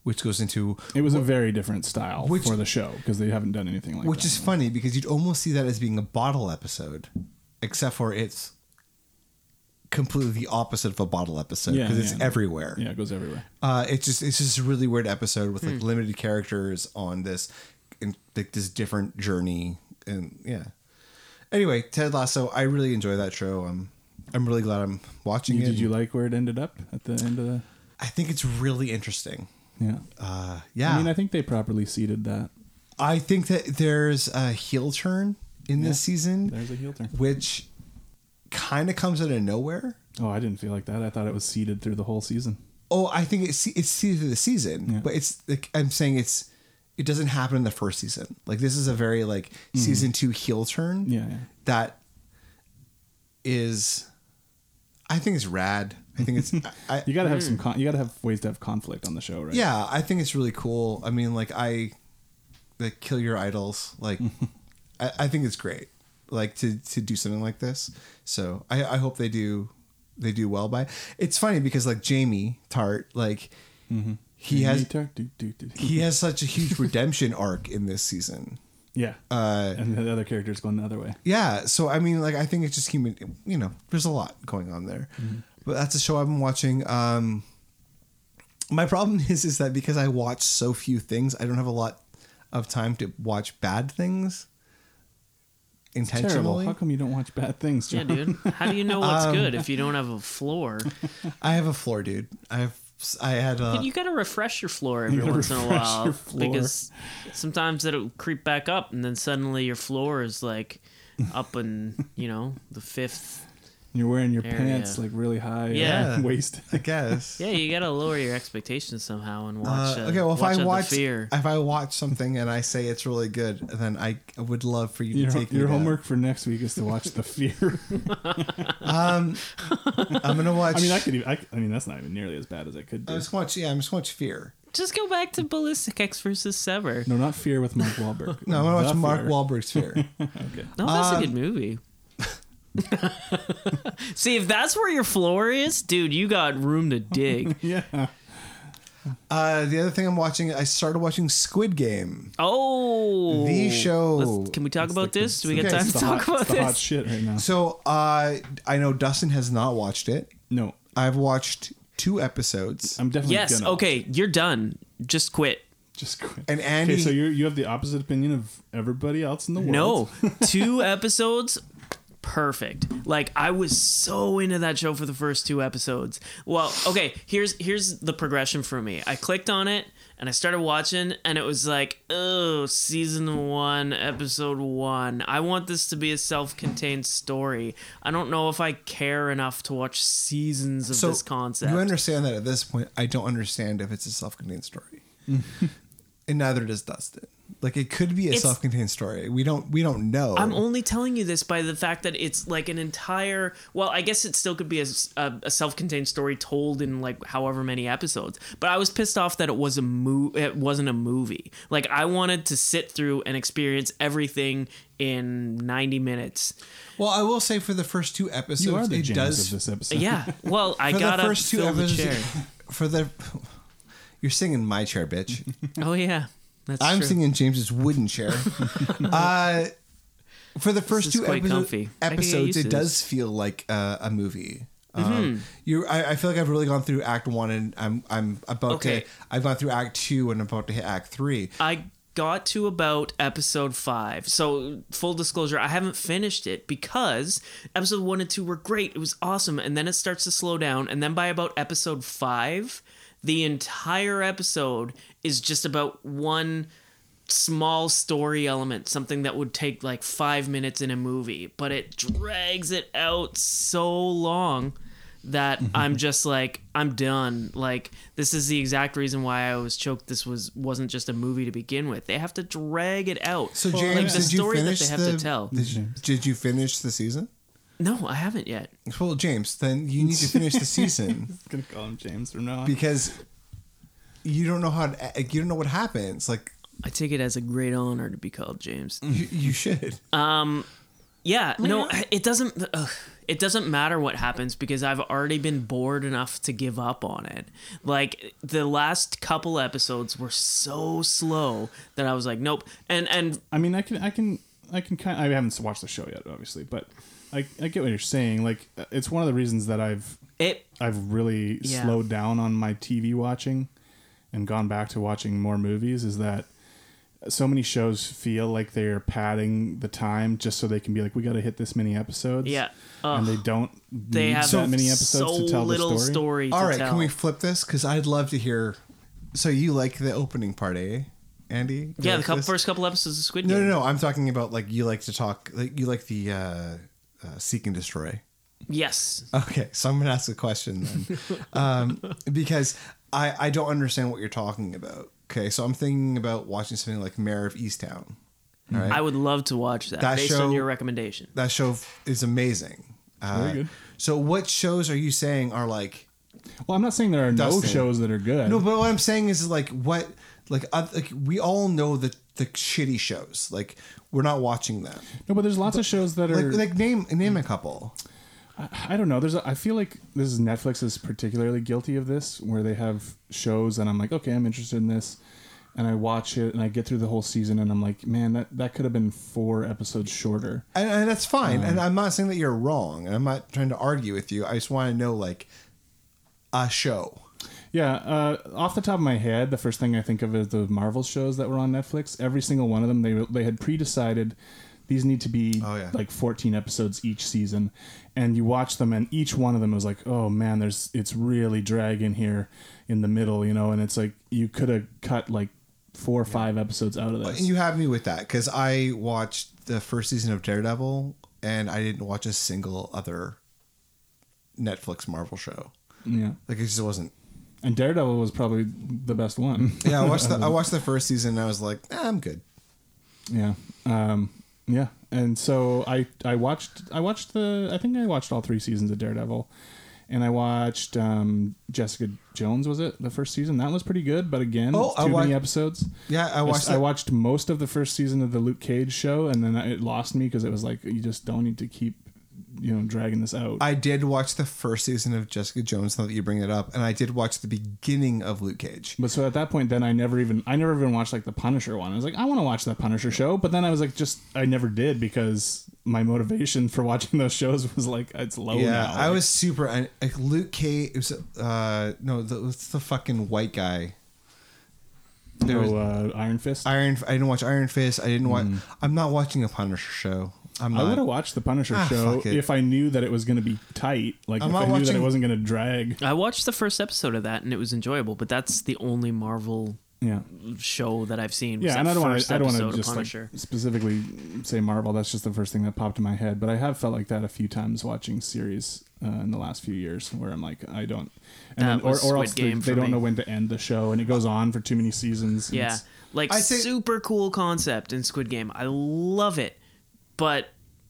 which goes into
It was a very different style
which-
for the show because they haven't done anything like
which
that.
is funny because you'd almost see that as being a bottle episode, except for it's completely the opposite of a bottle episode
Yeah,
because it's
yeah.
everywhere.
yeah, Hmm. it goes everywhere.
Uh, it's just it's just a really weird episode with like limited characters on this and like this different journey and yeah. Anyway, Ted Lasso, I really enjoy that show. I'm I'm really glad I'm watching it.
Did you like where it ended up at the end of the?
I think it's really interesting.
Yeah,
Uh, yeah,
I mean, I think they properly seeded that.
think that there's a heel turn in this
Yeah,
season,
There's a heel turn.
which kind of comes out of nowhere.
Oh, I didn't feel like that. I thought it was seeded through the whole season.
Oh, I think it's it's season to the season,
Yeah.
but it's like I'm saying it's it doesn't happen in the first season. Like this is a very like season two heel turn.
Mm-hmm. Yeah, yeah.
that is, I think it's rad. I think it's I, I-
You got to have some. Con- you got to have ways to have conflict on the show, right?
Mm. Yeah, I think it's really cool. I mean, like I, like kill your idols. Like, I, I think it's great. Like to to do something like this. So I I hope they do they do well by. It's funny because like Jamie Tart like he has he has such a huge redemption arc in this season.
yeah,
Uh,
and the other character's going the other way.
yeah, so I mean, like, I think it's just human. You know, there's a lot going on there,
Mm-hmm.
but that's a show I've been watching. Um, my problem is, is that because I watch so few things, I don't have a lot of time to watch bad things. intentionally.
Terrible. How come you don't watch bad things,
Yeah,
John?
dude. How do you know what's good if you don't have a floor?
I have a floor, dude. I have. I had a.
you got to refresh your floor every
gotta
once in a
refresh
while
your floor.
because sometimes it'll creep back up, and then suddenly your floor is like up in you know the fifth.
You're wearing your
Area.
pants like really high,
Yeah.
uh, waist.
I guess.
Yeah, you got to lower your expectations somehow and
Uh,
watch. Uh,
okay, well, if
watch
I
Out
watch
the fear,
if I watch something and I say it's really good, then I would love for you
Your,
to take me
your
to-
homework for next week is to watch The Fear.
Um, I'm gonna watch.
I mean, I could. Even, I, I mean, that's not even nearly as bad as I could
I
do.
just watch. Yeah, I'm just watch Fear.
just go back to Ballistic X versus Sever.
No, not Fear with Mark Wahlberg.
No, I'm gonna
The
watch Mark
Fear.
Wahlberg's Fear.
No, that's a good movie. See, if that's where your floor is, dude, you got room to dig.
Yeah,
uh, the other thing I'm watching, I started watching Squid Game.
Oh,
The show.
Let's- can we talk about this? Do we
okay,
got time
it's
to
the
talk
hot,
about
it's the hot
this?
shit right now.
So uh, I know Dustin has not watched it.
No,
I've watched two episodes.
I'm definitely
Yes.
Gonna.
Okay, you're done. Just quit.
Just quit.
And Andy-
Okay, so you you have the opposite opinion of everybody else in the world.
No, two episodes. Perfect. Like I was so into that show for the first two episodes. Well, okay, here's here's the progression for me. I clicked on it and I started watching and it was like, "Oh, season 1, episode 1. I want this to be a self-contained story. I don't know if I care enough to watch seasons of
so
this concept."
you understand that at this point, I don't understand if it's a self-contained story, and neither does Dustin. Like it could be a
It's-
self-contained story. We don't. We don't know.
I'm only telling you this by the fact that it's like an entire. Well, I guess it still could be a, s- a- a self-contained story told in like however many episodes. But I was pissed off that it was a mo- It wasn't a movie. Like I wanted to sit through and experience everything in 90 minutes.
Well, I will say for the first two episodes,
you are the
it
James
does.
of this episode.
Yeah. Well, I
for the
gotta
first two
fill the
episodes,
chair.
for the you're singing my chair, bitch.
Oh yeah. That's
I'm
true.
singing James's wooden chair. uh, for the first
is
two
quite
episo-
comfy. I can get
episodes,
used to
it
this.
does feel like uh, a movie.
Mm-hmm.
Um, you, I, I feel like I've really gone through Act One, and I'm, I'm about
Okay.
to. I've gone through Act Two, and I'm about to hit Act Three.
I got to about episode five. So, full disclosure, I haven't finished it because episode one and two were great. It was awesome. And then it starts to slow down. And then by about episode five, the entire episode is just about one small story element, something that would take like five minutes in a movie, but it drags it out so long that I'm just like I'm done. Like this is the exact reason why I was choked. This was wasn't just a movie to begin with. They have to drag it out.
So,
Like,
James,
the
did you
story
finish
that they
the,
have to tell.
Did you, did you finish the season?
no, I haven't yet.
Well, James, then you need to finish the season
gonna call him James from now on.
because you don't know how to, you don't know what happens. Like
I take it as a great honor to be called James.
you, you should.
Yeah, no, it doesn't. Ugh, it doesn't matter what happens because I've already been bored enough to give up on it. Like the last couple episodes were so slow that I was like, nope. And and
I mean, I can, I can, I can kind. I haven't watched the show yet, obviously, but I, I get what you're saying. Like, it's one of the reasons that I've,
it
I've really
Yeah.
slowed down on my TV watching, and gone back to watching more movies. Is that so many shows feel like they're padding the time just so they can be like, we got to hit this many episodes.
Yeah.
and they don't.
they
need
have
that many episodes
so
to tell
little
the story.
to
All right,
tell.
can we flip this? Because I'd love to hear. So you like the opening part, eh, Andy? You
yeah, the
like
couple,
this?
first couple episodes of Squid
No,
Game.
no, no. I'm talking about like you like to talk. Like you like the uh, uh, seek and destroy.
Yes,
Okay, so I'm gonna ask a question then, um, because I I don't understand what you're talking about. Okay, so I'm thinking about watching something like Mayor of Easttown. All right,
I would love to watch that,
That
based
show-
on your recommendation.
that show is amazing. Uh,
Very good.
So what shows are you saying are like?
Well, I'm not saying there are no
Dustin.
shows that are good.
No, but what I'm saying is like what like, oth- like we all know the the shitty shows. Like we're not watching them.
No, but there's lots of shows that
Like
are.
like name name a couple.
I don't know. There's. A, I feel like this is Netflix is particularly guilty of this, where they have shows and I'm like, okay, I'm interested in this, and I watch it and I get through the whole season and I'm like, man, that that could have been four episodes shorter.
And, and that's fine.
Mm.
and I'm not saying that you're wrong. And I'm not trying to argue with you. I just want to know like a show.
Yeah. Uh, off the top of my head, the first thing I think of is the Marvel shows that were on Netflix. Every single one of them, they they had pre-decided. These need to be
Oh, yeah.
like 14 episodes each season, and you watch them, and each one of them was like, oh man, there's it's really dragging here in the middle, you know, and it's like you could have cut like four or five episodes out of this.
You have me with that because I watched the first season of Daredevil and I didn't watch a single other Netflix Marvel show.
yeah,
Like it just wasn't.
and Daredevil was probably the best one.
Yeah, I watched the I watched the first season and I was like, "Ah, I'm good.
Yeah. Um, yeah. And so I I watched I watched the I think I watched all three seasons of Daredevil, and I watched um, Jessica Jones was it the first season that was pretty good but again
Oh,
it's
I
too many
wa-
episodes
Yeah, I watched
I
that-
watched most of the first season of the Luke Cage show and then it lost me because it was like you just don't need to keep you know dragging this out
I did watch the first season of Jessica Jones. Now that you bring it up, and I did watch the beginning of Luke Cage.
But so at that point, then I never even I never even watched like the Punisher one. I was like, I want to watch that Punisher show, but then I was like, just I never did because my motivation for watching those shows was like it's low
yeah,
now.
I
Like,
was super like Luke Cage. It was uh no, the, it's the fucking white guy. There was
so, uh, Iron Fist. I,
Iron. I didn't watch Iron Fist. I didn't watch. I'm not watching a Punisher show. I'm not.
would have watched the Punisher
Ah,
show
fuck it.
if I knew that it was going to be tight. Like
I'm
if
not
I knew that it
watching-
wasn't going to drag.
I watched the first episode of that and it was enjoyable, but that's the only Marvel
Yeah.
show that I've seen. was
Yeah,
that
and I don't want
first
to. I don't
episode
want
of
to just like,
Punisher.
specifically say Marvel. That's just the first thing that popped in my head. But I have felt like that a few times watching series uh, in the last few years, where I'm like, I don't. And
That was Squid
else they-
Game
they,
for
don't
me.
know when to end the show, and it goes on for too many seasons. and
yeah,
it's-
like
I'd say-
super cool concept in Squid Game. I love it, but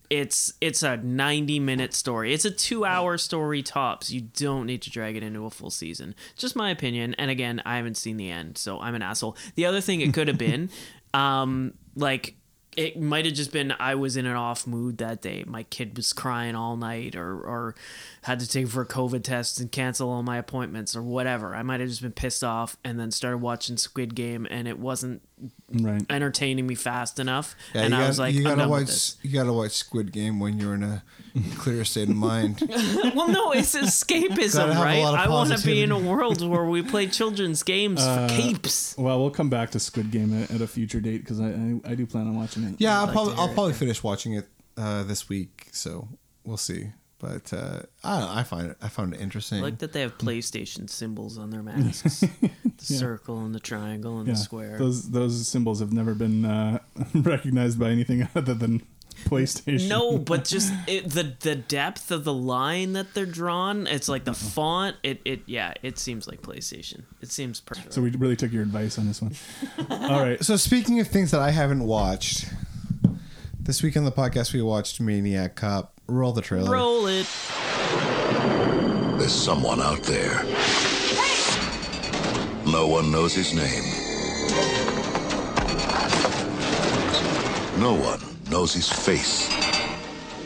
it's it's a 90 minute story. It's a 2 hour story tops. You don't need to drag it into a full season. Just my opinion. And again, I haven't seen the end, so I'm an asshole. The other thing it could have been um like it might have just been I was in an off mood that day. My kid was crying all night or or had to take for a COVID test and cancel all my appointments or whatever. I might have just been pissed off and then started watching Squid Game and it wasn't
right.
entertaining me fast enough.
Yeah,
and
you
I
gotta-
was like,
you
I'm
gotta
done
watch.
with this.
You gotta watch Squid Game when you're in a clear state of mind.
well, no, it's escapism,
Gotta have a
right?
lot of
I want to be
positivity. Uh,
in a world where we play children's games for capes.
Well, we'll come back to Squid Game at, at a future date because I, I I do plan on watching it.
Yeah, I'll
like
probably
to hear
I'll
it,
probably finish watching it uh, this week, so we'll see. But uh, I don't know, I find it I found it interesting.
I like that they have PlayStation symbols on their masks the circle and the triangle and
Yeah.
the square.
Those those symbols have never been uh, recognized by anything other than PlayStation.
No, but just it, the the depth of the line that they're drawn. It's like
Uh-huh.
the font. It it yeah. It seems like PlayStation. It seems perfect.
So we really took your advice on this one. All right.
so speaking of things that I haven't watched, this week on the podcast we watched Maniac Cop. Roll the trailer.
roll it.
There's someone out there. No one knows his name. No one knows his face.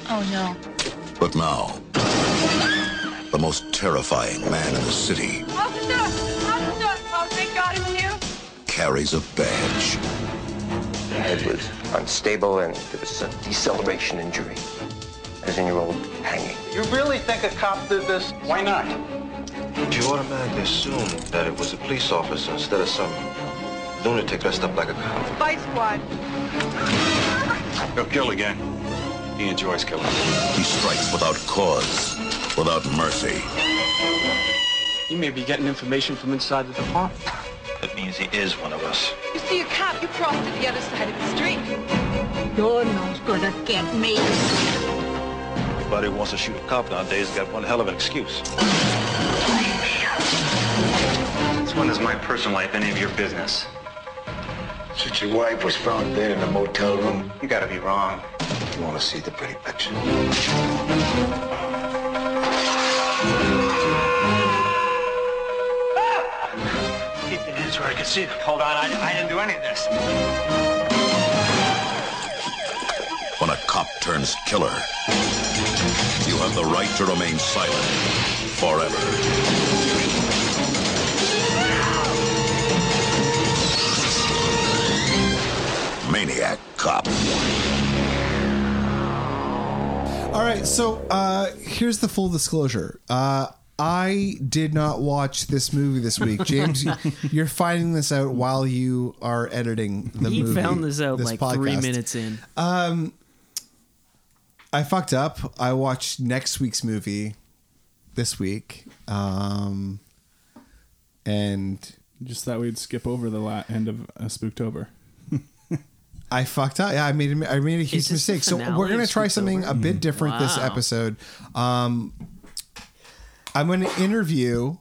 Oh no.
But now, the most terrifying man in the city
Officer! Officer! Oh, thank God it's you!
carries a badge.
The head was unstable and there was a deceleration injury. As in your old hanging. You really think a cop did this? Why not?
You automatically assume that it was a police officer instead of some lunatic dressed up like a cop.
Spy Squad.
He'll kill again. He enjoys killing.
He strikes without cause, without mercy.
You may be getting information from inside the department.
That means he is one of us.
You see a cop, you cross to the other side of the street.
You're not gonna get me.
Everybody who wants to shoot a cop nowadays has got one hell of an excuse.
This one is my personal life, any of your business.
Since your wife was found dead in a motel room,
You gotta be wrong.
you want to see the pretty picture.
Keep your hands where I can see them. Hold on, I, I didn't do any of this.
When a cop turns killer, you have the right to remain silent forever. Maniac Cop.
All right, so uh, here's the full disclosure. Uh, I did not watch this movie this week, James. you- you're finding this out while you are editing the
He
movie.
found this out like three
podcast.
minutes in.
I fucked up. I watched next week's movie this week, um, and
just that we'd skip over the la- end of uh, Spooktober.
I fucked up. Yeah, I made a, I made a huge
this the
mistake. So
finale
we're gonna
of
try something a bit different this
Wow.
episode. Um, I'm gonna interview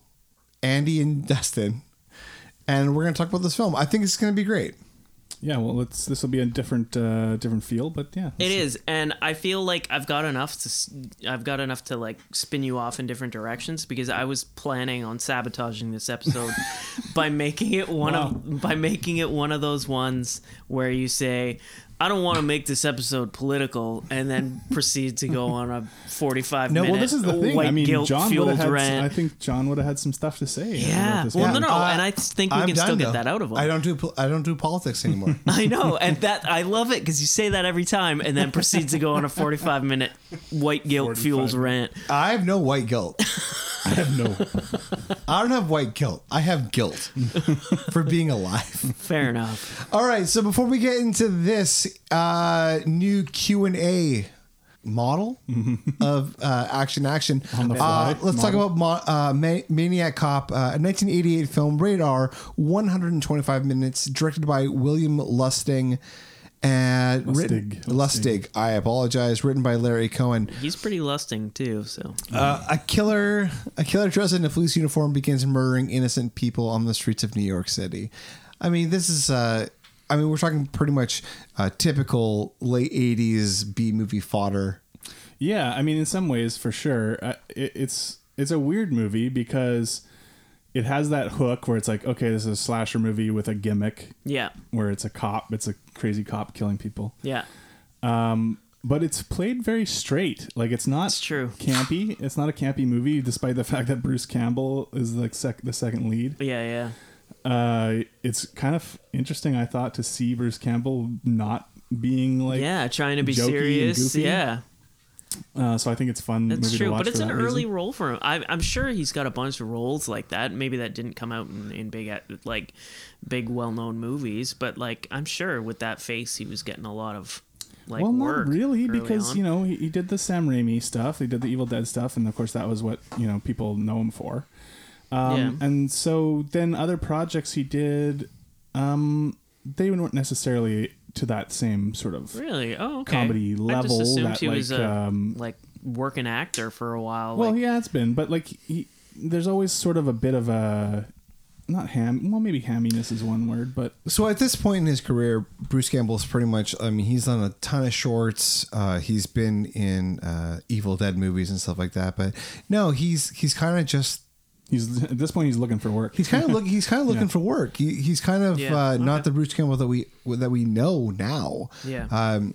Andy and Dustin, and we're gonna talk about this film. I think it's gonna be great.
Yeah, well, let's. This will be a different, uh, different feel, but yeah,
It is, and I feel like I've got enough to s- I've got enough to like spin you off in different directions because I was planning on sabotaging this episode by making it one of by making it one of those ones where you say I don't want to make this episode political and then proceed to go on a forty five
No,
minute
well, this is the thing.
white
I mean,
guilt
John would have
fueled
had.
rant.
I think John would have had some stuff to say.
Yeah.
about this
Well,
movie.
no, no, Uh, and I think we can still get that out of him.
I don't do pol- I don't do politics anymore.
I know, and that I love it because you say that every time, and then proceeds to go on a forty-five minute white guilt fuels rant.
I have no white guilt.
I have no.
I don't have white guilt. I have guilt for being alive.
Fair enough.
All right. So before we get into this uh, new Q and A model of uh, action action,
Mm-hmm. the fly
uh, let's talk
model.
about Mo- uh, Ma- Maniac Cop, uh, a 1988 film, Radar, 125 minutes, directed by William Lustig. And
Lustig.
written, Lustig. I apologize. Written by Larry Cohen.
He's pretty lusting too. So
Uh, a killer, a killer dressed in a police uniform begins murdering innocent people on the streets of New York City. I mean, this is. Uh, I mean, we're talking pretty much uh, typical late '80s B movie fodder.
Yeah, I mean, in some ways, for sure, Uh, it, it's it's a weird movie because it has that hook where it's like, okay, this is a slasher movie with a gimmick.
Yeah.
where it's a cop, it's a crazy cop killing people.
yeah,
Um, but it's played very straight. Like it's not
true
campy. It's not a campy movie, despite the fact that Bruce Campbell is like sec- the second lead.
yeah,
Uh, it's kind of interesting. I thought to see Bruce Campbell not being
yeah,
like
yeah. Trying to be
jokey and
serious.
goofy.
Yeah,
Uh, so I think it's a fun.
that's
movie
true.
to watch
But it's
for
an
that
early
reason.
role for him. I, I'm sure he's got a bunch of roles like that. Maybe that didn't come out in, in big at- like big well known movies, but like I'm sure with that face, he was getting a lot of like
well,
work.
not really,
early
because
on.
you know he, he did the Sam Raimi stuff, he did the Evil Dead stuff, and of course that was what you know people know him for. Um,
Yeah.
And so then other projects he did, um, they weren't necessarily to that same sort of
Really? Oh, okay.
comedy
I just
level.
assumed
that,
he was
like,
a
um,
like working actor for a while.
well,
like,
yeah, it's been, but like he, there's always sort of a bit of a not ham. Well, maybe hamminess is one word, but
So at this point in his career, Bruce Campbell's pretty much. I mean, he's done a ton of shorts. Uh, he's been in uh, Evil Dead movies and stuff like that. But no, he's he's kind of just.
He's at this point. He's looking for work.
He's kind of look. He's kind of looking
Yeah.
for work. He, he's kind of
Yeah,
uh, not the Bruce Campbell that we that we know now.
Yeah.
Um,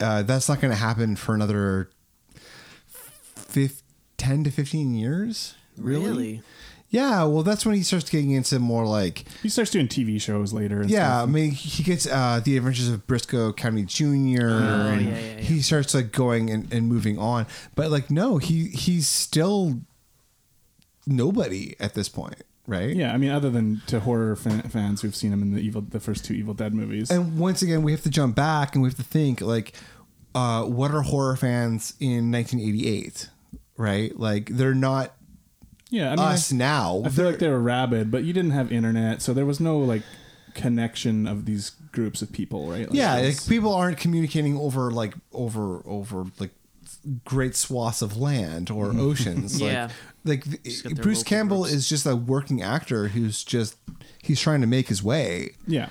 uh, that's not going to happen for another fif- 10 to 15 years. Really?
Really?
Yeah. Well, that's when he starts getting into more like.
He starts doing TV shows later. And
yeah.
stuff.
I mean, he gets uh, The Adventures of Briscoe County Jr. and
Oh, yeah, yeah, yeah.
he starts like going and, and moving on. But like, no, he he's still nobody at this point, right?
Yeah, I mean, other than to horror fan- fans who've seen him in the evil, the first two Evil Dead movies.
And once again, we have to jump back and we have to think like, uh, what are horror fans in 1988? Right? Like they're not.
yeah, I mean,
us
I,
now.
I feel like they were rabid, but you didn't have internet, so there was no like connection of these groups of people, right? Like,
yeah,
it
like
was-
people aren't communicating over like over over like great swaths of land or oceans.
Yeah.
Like, like
Just got their
Bruce
local
Campbell is just a working actor who's just he's trying to make his way.
yeah.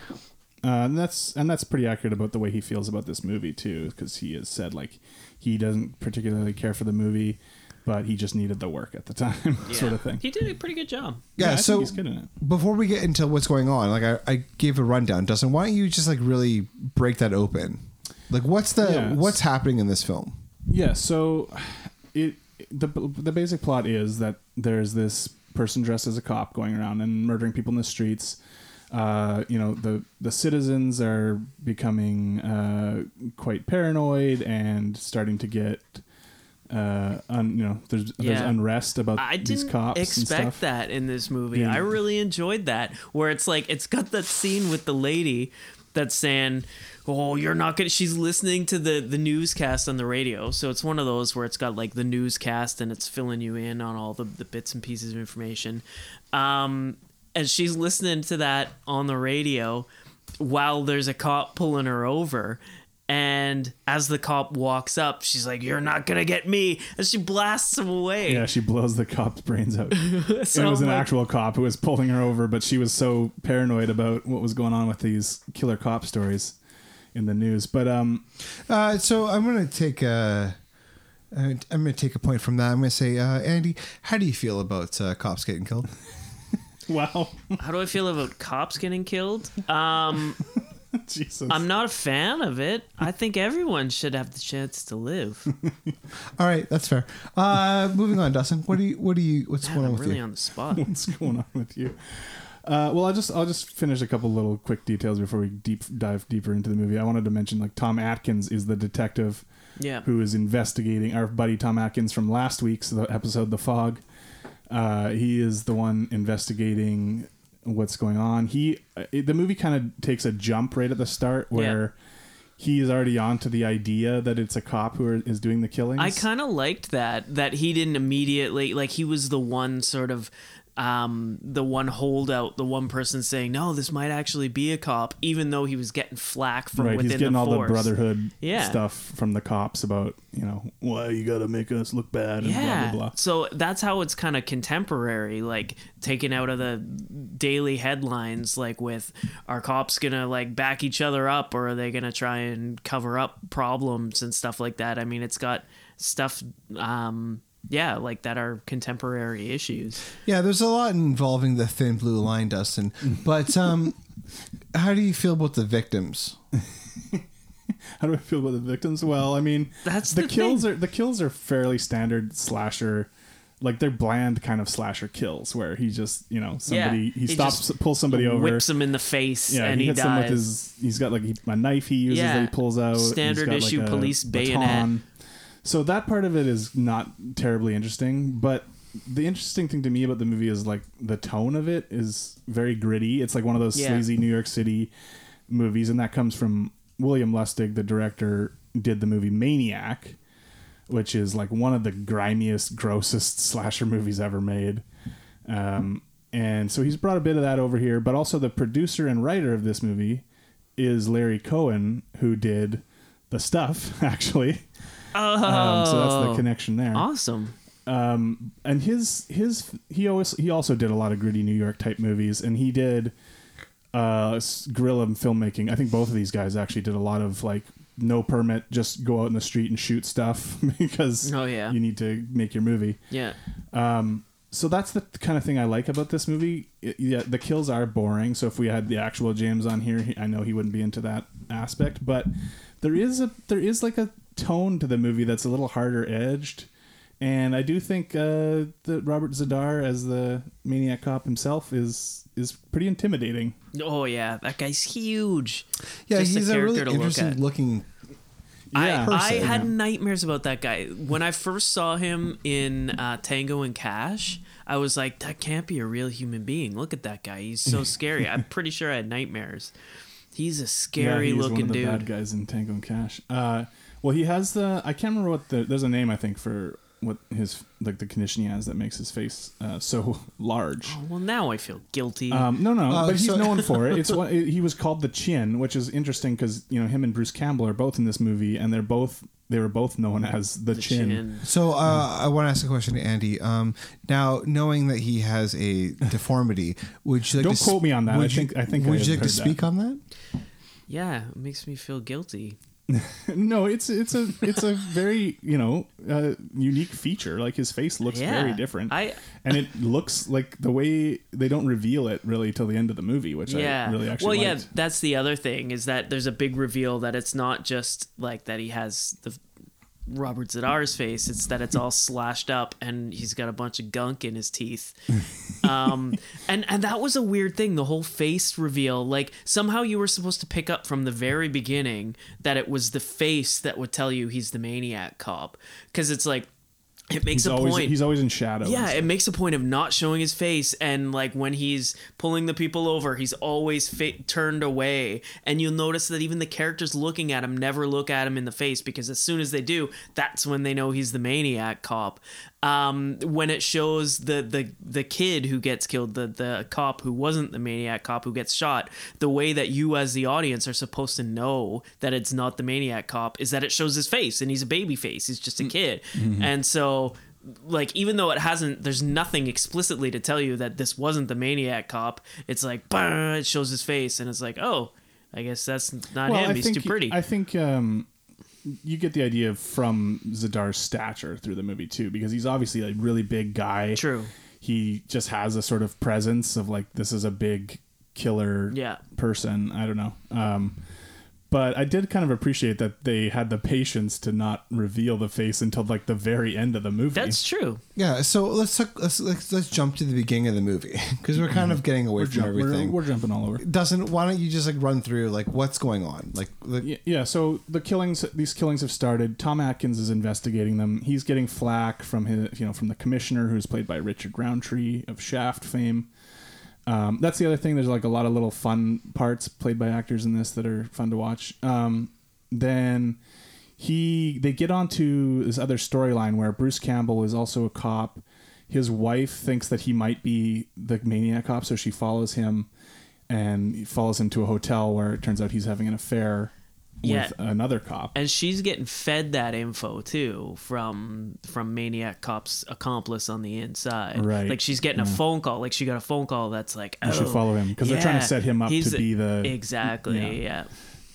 Uh, and that's and that's pretty accurate about the way he feels about this movie too, because he has said like he doesn't particularly care for the movie, but he just needed the work at the time,
yeah.
sort of thing.
He did a pretty good job.
Yeah,
I think
so
he's good in it.
Before we get into what's going on, like I, I gave a rundown, Dustin. Why don't you just like really break that open? Like, what's the
Yeah.
what's happening in this film?
Yeah, so it the the basic plot is that there's this person dressed as a cop going around and murdering people in the streets. Uh, you know the the citizens are becoming uh, quite paranoid and starting to get uh, un, you know there's there's
Yeah.
unrest about
I
these
didn't
cops and
expect
stuff.
that in this movie.
Yeah.
I really enjoyed that, where it's like it's got that scene with the lady that's saying, oh, you're not gonna. She's listening to the the newscast on the radio, so it's one of those where it's got like the newscast and it's filling you in on all the the bits and pieces of information. Um, and she's listening to that on the radio while there's a cop pulling her over. And as the cop walks up, she's like, "You're not gonna get me," and she blasts him away.
Yeah, she blows the cop's brains out. and it was
I'm
an
like-
actual cop who was pulling her over, but she was so paranoid about what was going on with these killer cop stories in the news. But um,
Uh, so I'm gonna take a. uh, I'm gonna take a point from that. I'm gonna say, uh, Andy, how do you feel about uh, cops getting killed?
wow.
How do I feel about cops getting killed? Um, I'm not a fan of it. I think everyone should have the chance to live.
All right, that's fair. Uh, moving on, Dustin. What do you? What do you? What's going on
I'm
with
really
you?
on the spot.
What's going on with you? Uh, well, I'll just I'll just finish a couple little quick details before we deep dive deeper into the movie. I wanted to mention like Tom Atkins is the detective,
Yeah.
who is investigating our buddy Tom Atkins from last week's the episode The Fog. Uh, he is the one investigating what's going on. He uh, it, the movie kind of takes a jump right at the start where he is already on to the idea that it's a cop who are, is doing the killings.
I kind of liked that that he didn't immediately like he was the one sort of um the one holdout the one person saying no this might actually be a cop even though he was getting flack from
right,
within
he's getting
the
all
force.
the brotherhood
yeah.
stuff from the cops about you know why you gotta make us look bad and blah blah blah.
So that's how it's kind of contemporary, like taken out of the daily headlines, like with are cops gonna like back each other up or are they gonna try and cover up problems and stuff like that? I mean, it's got stuff, um, yeah, like that are contemporary issues.
Yeah, there's a lot involving the thin blue line, Dustin.
Mm.
But um, how do you feel about the victims?
How do I feel about the victims? Well, I mean,
That's
the,
the
kills are the kills are fairly standard slasher, like they're bland kind of slasher kills where he just you know somebody
yeah,
he, stops
just
pulls somebody over,
whips him in the face,
yeah,
and
he,
he,
hits
dies.
him with his he's got like he, a knife he uses
Yeah.
that he pulls out He's
Standard
got,
issue
like, a
police bayonet.
baton. So that part of it is not terribly interesting, but the interesting thing to me about the movie is like the tone of it is very gritty. It's like one of those
Yeah.
sleazy New York City movies, and that comes from William Lustig, the director, did the movie Maniac, which is like one of the grimiest, grossest slasher movies ever made. Um, and so he's brought a bit of that over here, but also the producer and writer of this movie is Larry Cohen, who did the stuff actually.
Oh,
Um, so that's the connection there.
Awesome.
Um, and his his he always he also did a lot of gritty New York type movies, and he did uh s- guerrilla filmmaking. I think both of these guys actually did a lot of like no permit, just go out in the street and shoot stuff because
Oh, yeah.
you need to make your movie.
Yeah.
Um, so that's the kind of thing I like about this movie. It- yeah, the kills are boring. So if we had the actual James on here, he, I know he wouldn't be into that aspect. But there is a there is like a tone to the movie that's a little harder edged, and I do think uh, that Robert Zadar as the maniac cop himself is is pretty intimidating.
Oh yeah, that guy's huge.
Yeah,
Just
he's a
character
really
to look
interesting
at.
looking
I, I
person.
had nightmares about that guy when I first saw him in uh, Tango and Cash. I was like, that can't be a real human being. Look at that guy; he's so scary. I'm pretty sure I had nightmares. He's a scary
Yeah, he is
looking
one of the
dude.
Bad guys in Tango and Cash. Uh, well, he has the I can't remember what the there's a name I think for what his like the condition he has that makes his face uh, so large.
Well, now I feel guilty.
Um, no, no, but he's known for it. It's what he was called the Chin, which is interesting because you know him and Bruce Campbell are both in this movie, and they're both they were both known as the, chin.
So
Mm.
uh, I want to ask a question to Andy. Um, now, knowing that he has a deformity, would you like
Don't
to sp-
quote me on that.
Would
I
you-
think I think I
Would you
have
like to
heard that.
speak on that?
yeah, it makes me feel guilty.
no, it's it's a it's a very you know uh, unique feature. Like his face looks
Yeah.
very different.
I-
and it looks like the way they don't reveal it really till the end of the movie, which
yeah.
I really
well,
actually
yeah,
liked.
that's the other thing is that there's a big reveal that it's not just like that he has the Robert Zadar's face; it's that it's all slashed up and he's got a bunch of gunk in his teeth. Um, and and that was a weird thing. The whole face reveal, like somehow you were supposed to pick up from the very beginning that it was the face that would tell you he's the maniac cop, because it's like It makes
he's
a
always,
point.
He's always in shadows.
Yeah, it makes a point of not showing his face, and like when he's pulling the people over, he's always fa- turned away. And you'll notice that even the characters looking at him never look at him in the face because as soon as they do, that's when they know he's the maniac cop. Um, when it shows the the the kid who gets killed, the the cop who wasn't the maniac cop who gets shot, the way that you as the audience are supposed to know that it's not the maniac cop is that it shows his face, and he's a baby face. He's just a kid,
Mhm.
and so like even though it hasn't there's nothing explicitly to tell you that this wasn't the maniac cop it's like "Bah," it shows his face and it's like oh i guess that's not him he's
think,
too pretty
I think um, you get the idea from Zadar's stature through the movie too, because he's obviously a really big guy.
True.
He just has a sort of presence of like this is a big killer
Yeah.
person. I don't know. Um, but I did kind of appreciate that they had the patience to not reveal the face until like the very end of the movie.
That's true.
Yeah, so let's talk, let's, let's let's jump to the beginning of the movie because we're kind of getting away
Mm-hmm.
from
We're jump- we're-
everything.
we're jumping all over.
Doesn't why don't you just like run through like what's going on? Like, like
Y- yeah so the killings these killings have started tom atkins is investigating them he's getting flack from his you know from the commissioner who's played by richard roundtree of shaft fame um, that's the other thing there's like a lot of little fun parts played by actors in this that are fun to watch um, then he they get onto this other storyline where bruce campbell is also a cop his wife thinks that he might be the maniac cop so she follows him and he follows him to a hotel where it turns out he's having an affair
Yeah.
with another cop.
and she's getting fed that info too from from maniac cop's accomplice on the inside
Right.
like she's getting a
Yeah.
phone call like she got a phone call that's like
You should
"Oh,
follow him because they're trying
yeah,
to set him up
he's
to be the
exactly yeah.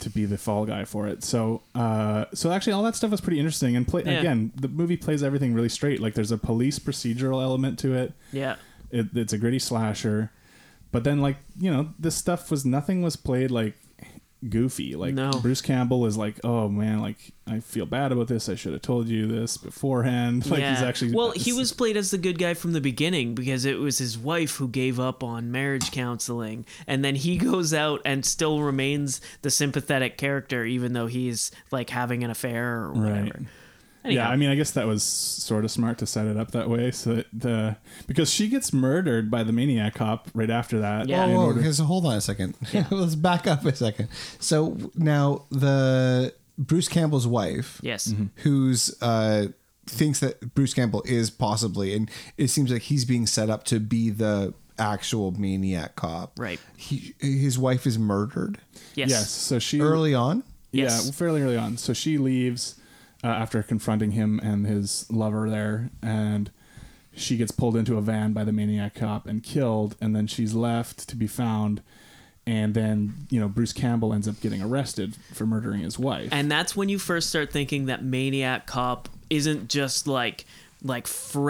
to be the fall guy for it. So, uh, so actually, all that stuff is pretty interesting. And play
Yeah.
again, the movie plays everything really straight. Like there's a police procedural element to it.
Yeah.
it, it's a gritty slasher. But then, like you know, this stuff was nothing was played like goofy. Like
No.
Bruce Campbell is like, oh man, like I feel bad about this. I should have told you this beforehand. Like he's actually
well he was played as the good guy from the beginning because it was his wife who gave up on marriage counseling and then he goes out and still remains the sympathetic character even though he's like having an affair or whatever Anyhow.
Yeah, I mean, I guess that was sort of smart to set it up that way, so that the because she gets murdered by the maniac cop right after that.
Whoa, whoa, okay, so oh, hold on a second. Let's back up a second. So now the Bruce Campbell's wife,
Yes.
Mm-hmm.
Mhm.
who's uh, thinks that Bruce Campbell is possibly, and it seems like he's being set up to be the actual maniac cop.
Right.
He his wife is murdered.
Yes.
Yes. So she
early on.
Yeah, fairly early on. So she leaves uh, after confronting him and his lover there, and she gets pulled into a van by the maniac cop and killed, and then she's left to be found. And then you know Bruce Campbell ends up getting arrested for murdering his wife.
And that's when you first start thinking that Maniac Cop isn't just like like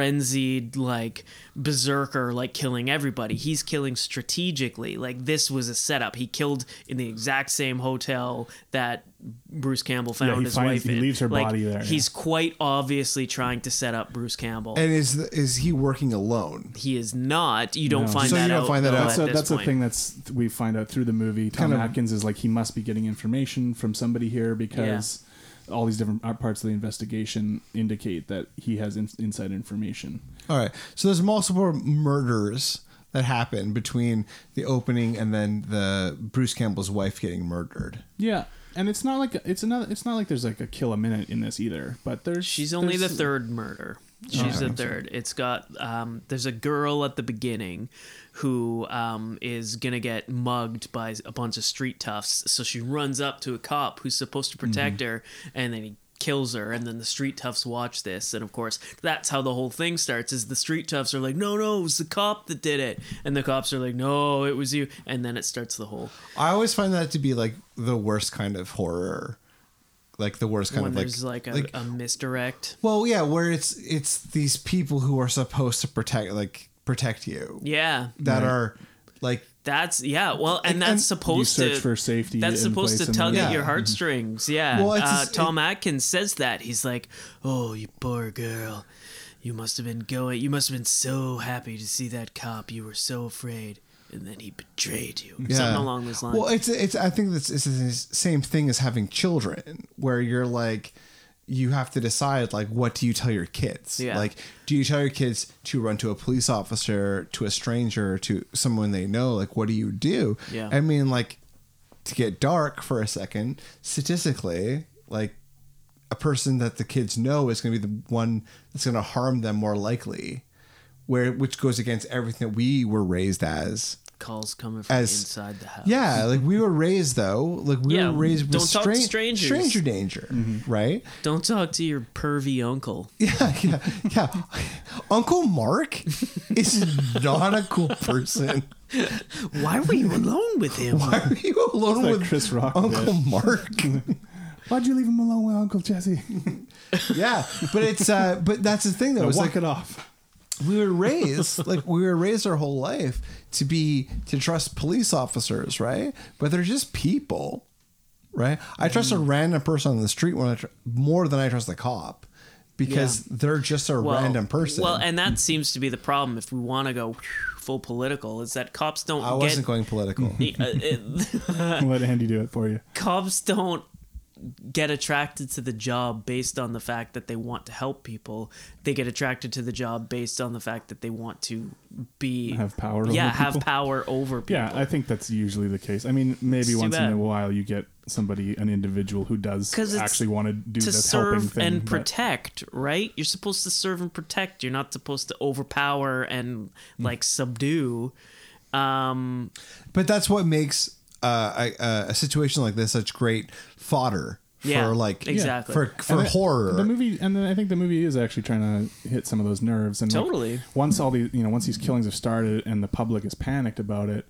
frenzied like berserker like killing everybody he's killing strategically like this was a setup he killed in the exact same hotel that bruce campbell
Yeah,
found
he
his
finds-
wife
he
in.
leaves her
Like,
body there, yeah.
he's quite obviously trying to set up bruce campbell
And is the, is he working alone?
he is not you don't
No.
find that out though,
That's,
at
a,
this
that's a
point.
thing that's we find out through the movie. Tom
Kind of-
Atkins is like he must be getting information from somebody here because all these different uh, parts of the investigation indicate that he has in, inside information.
All right. So there's multiple murders that happen between the opening and then the Bruce Campbell's wife getting murdered.
Yeah, and it's not like it's another. It's not like there's like a kill a minute in this either. But there's
She's only
there's-
the third murder. She's
Okay.
the third. It's got um, there's a girl at the beginning who um, is gonna get mugged by a bunch of street toughs. So she runs up to a cop who's supposed to protect her, and then he kills her. And then the street toughs watch this, and of course that's how the whole thing starts. Is the street toughs are like, no, no, it was the cop that did it, and the cops are like, no, it was you. And then it starts the whole
I always find that to be like the worst kind of horror. Like the worst kind
when
of
there's
like,
like a, a misdirect.
well, yeah, where it's it's these people who are supposed to protect like protect you.
Yeah.
That
Right.
are like
That's yeah. Well, and,
And-
that's
and-
supposed
You search
to
for safety
That's
in
supposed
place
to
and
tug
then-
at
Yeah. Mm-hmm.
your heartstrings. Yeah.
Well, it's
uh,
just-
Tom Atkins says that he's like, "Oh, you poor girl. You must have been going. You must have been so happy to see that cop. You were so afraid, and then he betrayed you. Something along those lines.
Well, it's it's I think that's it's the same thing as having children, where you're like, you have to decide like what do you tell your kids
Yeah.
like do you tell your kids to run to a police officer to a stranger to someone they know like what do you do
Yeah.
i mean like to get dark for a second statistically like a person that the kids know is going to be the one that's going to harm them more likely where which goes against everything that we were raised as
Calls coming from
As-
inside the house.
yeah like we were raised though like we
Yeah,
were raised with
don't talk to
stran-
strangers.
stranger danger
Mm-hmm.
right
Don't talk to your pervy uncle.
Yeah, Uncle Mark is not a cool person.
Why were you alone with him?
Why are you alone
It's like
with
Chris Rock
Uncle
bit.
Mark?
Why'd you leave him alone with Uncle Jesse?
yeah, but it's uh, but that's the thing though.
Now
It's
walk
like
it off.
we were raised like we were raised our whole life to be to trust police officers, right? But they're just people, right? I trust
Mm.
a random person on the street when I tr- more than I trust the cop because they're just a
Well-
random person.
Well, and that seems to be the problem. If we want to go full political, is that cops don't.
I wasn't
get, Mm-hmm.
going political.
uh,
Let Andy do it for you.
cops don't get attracted to the job based on the fact that they want to help people. They get attracted to the job based on the fact that they want to be
Have power
Yeah,
over
have
people.
power over people.
Yeah, I think that's usually the case. I mean,
It's
maybe
too
once
bad.
in a while you get somebody, an individual who does
'Cause it's
actually want to do
to
this helping
serve
thing.
and
but-
protect, right? You're supposed to serve and protect. You're not supposed to overpower and
Hmm.
like subdue. Um,
But that's what makes uh, a, a- a situation like this such great fodder for
Yeah,
like
exactly.
for for
And the-
horror.
The movie, and then I think the movie is actually trying to hit some of those nerves. And like,
Totally.
once all these, you know, once these killings have started and the public is panicked about it,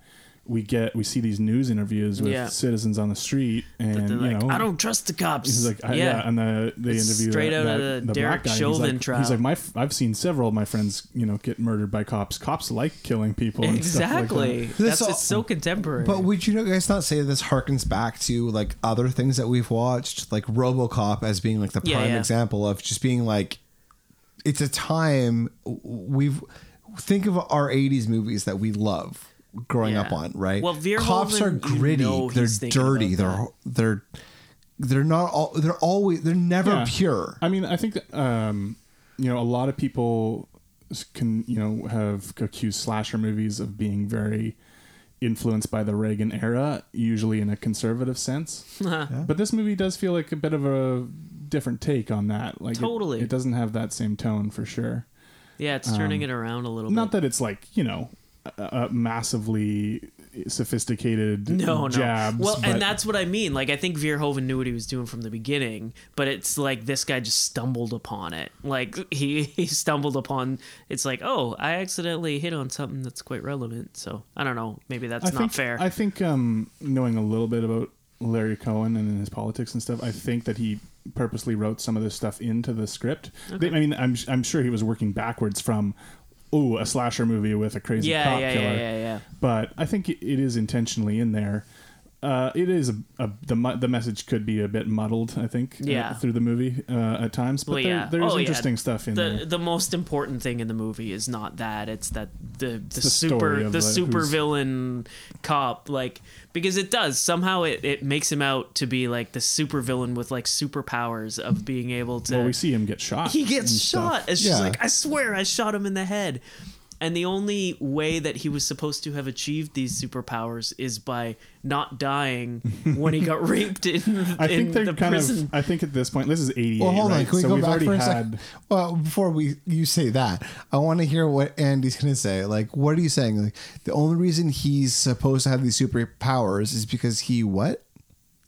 we get we see these news interviews with
Yeah.
citizens on the street, and
they're
you
like,
know,
I don't trust the cops.
He's like, I, yeah. and the they
It's
interview
straight
that-
out of
that-
the
black
Derek
guy, he's
Chauvin
like,
trial.
He's like, my, f- I've seen several of my friends, you know, get murdered by cops. Cops like killing people. And
exactly.
Stuff like
That's
This-
it's so contemporary.
but would you know, guys not say this harkens back to like other things that we've watched, like RoboCop as being like the
Yeah,
prime
yeah.
example of just being like, it's a time we've think of our '80s movies that we love growing
Yeah.
up on, right?
Well, Verhoeven,
cops are
you
gritty,
know
they're
he's thinking
dirty,
about
they're they're they're not all they're always they're never
Yeah.
pure.
I mean, I think um, you know a lot of people s- can you know have accused slasher movies of being very influenced by the Reagan era, usually in a conservative sense. But this movie does feel like a bit of a different take on that. Like it-
Totally.
it, doesn't have that same tone for sure.
yeah, it's turning it around a little
Um, Not
bit.
that it's like you know a, a massively sophisticated
No, no.
jabs.
well,
but-
and that's what I mean. Like, I think Verhoeven knew what he was doing from the beginning, but it's like this guy just stumbled upon it. Like he he stumbled upon. It's like, oh, I accidentally hit on something that's quite relevant. So I don't know. Maybe that's
I
not
think,
fair.
I think um, knowing a little bit about Larry Cohen and his politics and stuff, I think that he purposely wrote some of this stuff into the script. They- I mean, I'm I'm sure he was working backwards from, oh, a slasher movie with a crazy
Yeah,
cop
yeah, yeah,
killer.
yeah, yeah.
But I think it, it is intentionally in there. Uh, it is a, a the mu- the message could be a bit muddled. I think uh,
Yeah.
through the movie uh, at times, but
Well,
there,
yeah.
there is
Oh, yeah.
interesting stuff in
the
there.
the most important thing in the movie is not that it's that the the,
the
super
story
the,
of the-
super
who's-
villain cop like because it does somehow it, it makes him out to be like the super villain with like superpowers of being able to
Well, we see him get shot.
he gets
and stuff.
shot. It's just
Yeah.
like I swear I shot him in the head. And the only way that he was supposed to have achieved these superpowers is by not dying when he got raped in,
I
in
think they're
the
kind
prison.
of. I think at this point, this is eighty-eight.
Well, hold on.
right?
Can we
so
go
we've
back
already
for a
had.
second? Well, before we you say that, I want to hear what Andy's going to say. Like, what are you saying? Like, the only reason he's supposed to have these superpowers is because he what?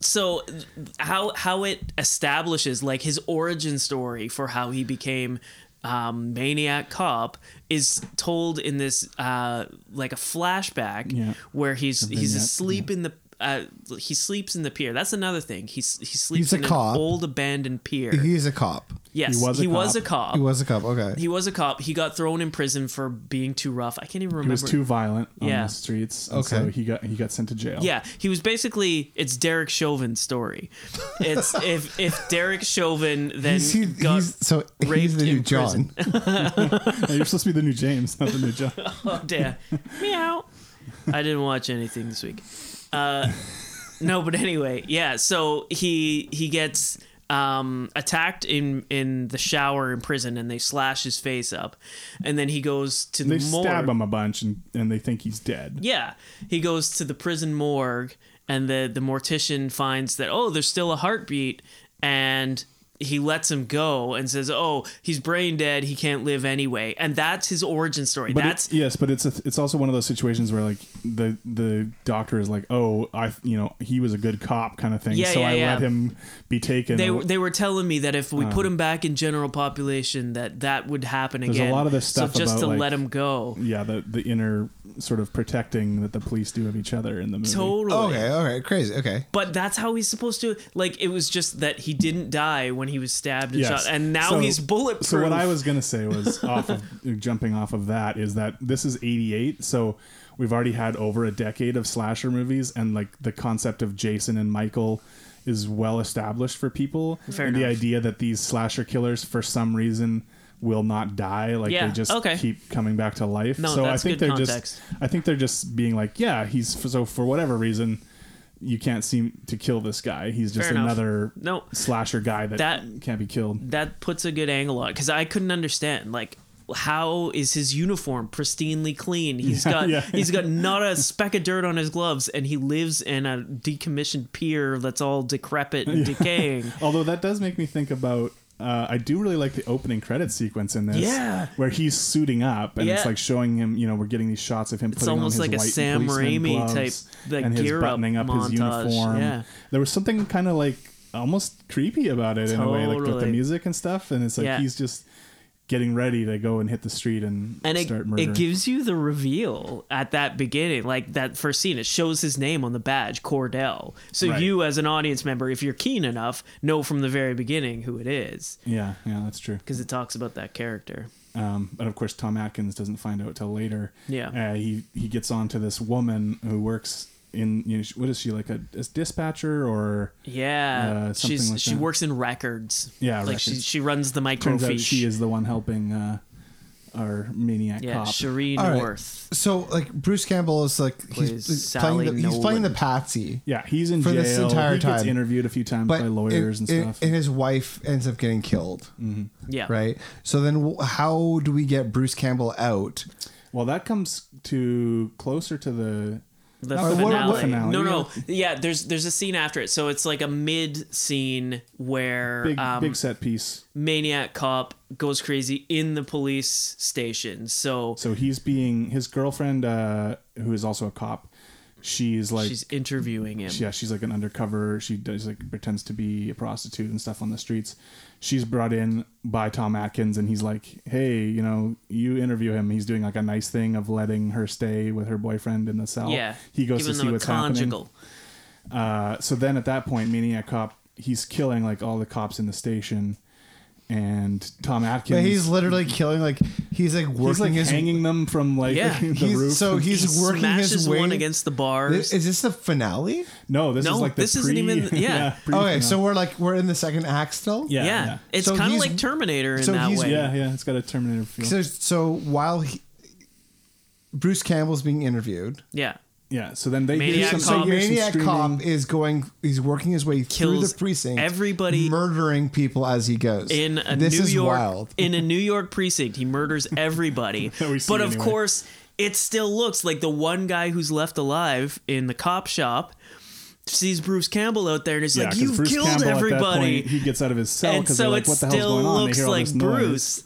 so th- how how it establishes like his origin story for how he became um, maniac cop is told in this uh, like a flashback
Yeah.
where he's he's
vignette,
asleep in the uh, he sleeps in the pier. That's another thing. He's he sleeps
a
in
cop.
an old abandoned
Er.
pier.
He's a cop.
yes,
He
he was
was a
a
cop.
cop.
He was a cop. Okay.
He was a cop. He got thrown in prison for being too rough. I can't even
He
remember.
was too violent on
Yeah.
the streets. and So
Okay.
he got he got sent to
Oh.
jail.
Yeah, he was basically it's Derek Chauvin's story. It's if if Derek Chauvin then
He's, he,
got
he's so
raped
he's the new
in prison.
John.
No, you're supposed to be the new James, not the new John.
Oh damn. Meow. I didn't watch anything this week. Uh no, but anyway, yeah, so he he gets um, attacked in in the shower in prison, and they slash his face up, and then he goes to the
They
morgue.
stab him a bunch and, and they think he's dead.
Yeah, he goes to the prison morgue, and the the mortician finds that oh, there's still a heartbeat, and he lets him go and says, "Oh, he's brain dead. He can't live anyway." And that's his origin story.
But it-
that's
yes, but it's a, it's also one of those situations where like the the doctor is like, oh, I you know he was a good cop kind of thing,
Yeah,
so
yeah,
I
yeah.
let him be taken.
they were, they were telling me that if we put
Um,
him back in general population, that that would happen
There's a
again.
lot of this stuff
So just
about,
to
like,
let him go.
yeah, the the inner sort of protecting that the police do of each other in the movie.
Totally. Okay,
okay, crazy. Okay,
But that's how he's supposed to. Like it was just that he didn't die when he was stabbed and
Yes.
shot, and now
So-
he's bulletproof.
So what I was gonna say was off of jumping off of that is that this is '88, so we've already had over a decade of slasher movies, and like the concept of Jason and Michael is well established for people,
Fair
and the
enough.
idea that these slasher killers for some reason will not die like
Yeah,
they just
okay.
keep coming back to life
No,
so
that's
i think
good
they're
context.
just i think they're just being like yeah he's so for whatever reason you can't seem to kill this guy he's just
Fair enough.
another
No.
slasher guy
That-
can't be killed
that puts a good angle on because I couldn't understand like how is his uniform pristinely clean? He's
Yeah,
got
yeah.
he's got not a speck of dirt on his gloves, and he lives in a decommissioned pier that's all decrepit and
Yeah.
decaying.
Although that does make me think about. Uh, I do really like the opening credit sequence in this,
Yeah.
where he's suiting up and it's
Yeah.
like showing him. You know, we're getting these shots of him.
It's
putting
almost
on his
like a
white
Sam
policeman
Raimi
gloves
type, like,
and his
gear up
buttoning up, his
montage,
uniform.
yeah.
There was something kind of like almost creepy about it in a way, like with the
Totally.
music and stuff. And it's like
Yeah.
he's just getting ready to go and hit the street and,
and it,
start murdering.
it gives you the reveal at that beginning like that first scene it shows his name on the badge cordell so
Right.
you as an audience member if you're keen enough know from the very beginning who it is
yeah, yeah, that's true.
because it talks about that character
Um, but of course, Tom Atkins doesn't find out till later.
Yeah.
uh, he he gets on to this woman who works in you know, she- what is she like a, a dispatcher or
yeah
uh, something
she's
like
she
that.
works in records
Yeah,
like she
records.
she runs the
Turns out
microfiche
she is the one helping uh, our maniac
Yeah,
cop.
Shireen
All right.
North.
So like Bruce Campbell is like
Plays
he's
Sally
playing the, he's playing the
Nolan.
patsy.
Yeah, he's in
for
jail.
this entire
he gets
time.
interviewed a few times by lawyers
it-
and
it-
stuff. Mm-hmm.
and his wife ends up getting killed.
Yeah.
Right. So then, w- how do we get Bruce Campbell out?
well, that comes to closer to the
the
Or
finale.
what- what finale?
No, no, yeah. There's there's a scene after it, so it's like a mid scene where
big
um,
big set piece.
maniac cop goes crazy in the police station. So
So he's being his girlfriend, uh, who is also a cop. She's like
she's interviewing him.
yeah, she's like an undercover. She does like pretends to be a prostitute and stuff on the streets. She's brought in by Tom Atkins, and he's like, "Hey, you know, you interview him. He's doing like a nice thing of letting her stay with her boyfriend in the cell.
Yeah,
he goes to
giving
see
them a
what's
conjugal.
happening. Uh, so then at that point, Maniac Cop, he's killing like all the cops in the station, and Tom Atkins.
But he's literally killing like he's like working
He's like
his
hanging them from like
Yeah.
the
He's-
roof.
so he's
He
working his
smashes
way
one against the bars.
Is this the finale?
no, this
No,
is like the
this isn't
pre-
even- yeah.
pre-
okay, so we're like we're in the second act still.
yeah,
yeah,
yeah.
it's
So
kind of
he's-
like Terminator in
so
that
he's-
way.
yeah, yeah, it's got a Terminator feel.
So, so while he, Bruce Campbell's being interviewed,
Yeah.
Yeah, so then they
Maniac
do some,
so
Cop.
here's some
maniac
streaming-
cop is going. He's working his way through
Kills
the precinct,
everybody-
murdering people as he goes.
in a
this
New
is
York
wild.
in a New York precinct. He murders everybody,
That we see
but of
anyway.
course, it still looks like the one guy who's left alive in the cop shop sees Bruce Campbell out there and is like,
'cause
"You've
Bruce
killed
Campbell, at that
everybody."
point, he gets out of his cell
and
because they're
so it
like, "What the hell's
still
going on?"
looks
they hear all
like
this noise.
Bruce.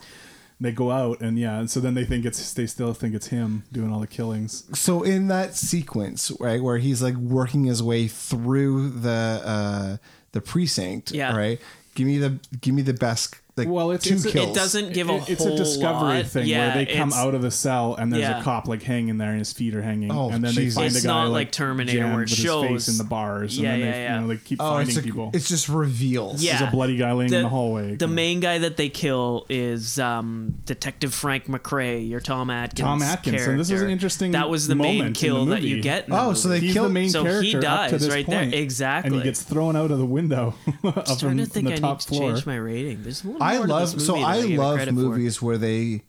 They go out, and yeah, and so then they think it's they still think it's him doing all the killings.
so in that sequence, right, where he's like working his way through the uh, the precinct,
Yeah.
right. Give me the give me the best. Like
Well, it's,
two
it's
kills.
It doesn't give a
it- it's
whole
a discovery
lot.
thing
Yeah,
where they come
it's-
out of the cell and there's
yeah.
a cop like hanging there, and his feet are hanging,
Oh,
and then
Jesus.
they find
It's
a guy
not like
like
Terminator
jammed
where it
with his face
shows-
in the bars, and
Yeah,
then
yeah,
they
yeah.
you know they keep
Oh,
finding
it's, a,
people.
it's just reveals.
Yeah.
There's a bloody guy laying in the hallway.
The main guy that they kill is um, Detective Frank McRae, your Tom Atkins.
Tom Atkins,
character.
and this is an interesting
That was the
moment
main
in
kill
the
that you
movie.
get. In the
Oh, so
movie.
they
He's
killed
the main
So he
character up to
dies
this
right there.
point, and
Exactly.
he gets thrown out of the window up
I'm
from,
trying to
from
think.
the
I
top
need to
floor.
change my rating. There's one.
I
more to
love
this
so
movie
I
than give it
love
credit for.
movies where they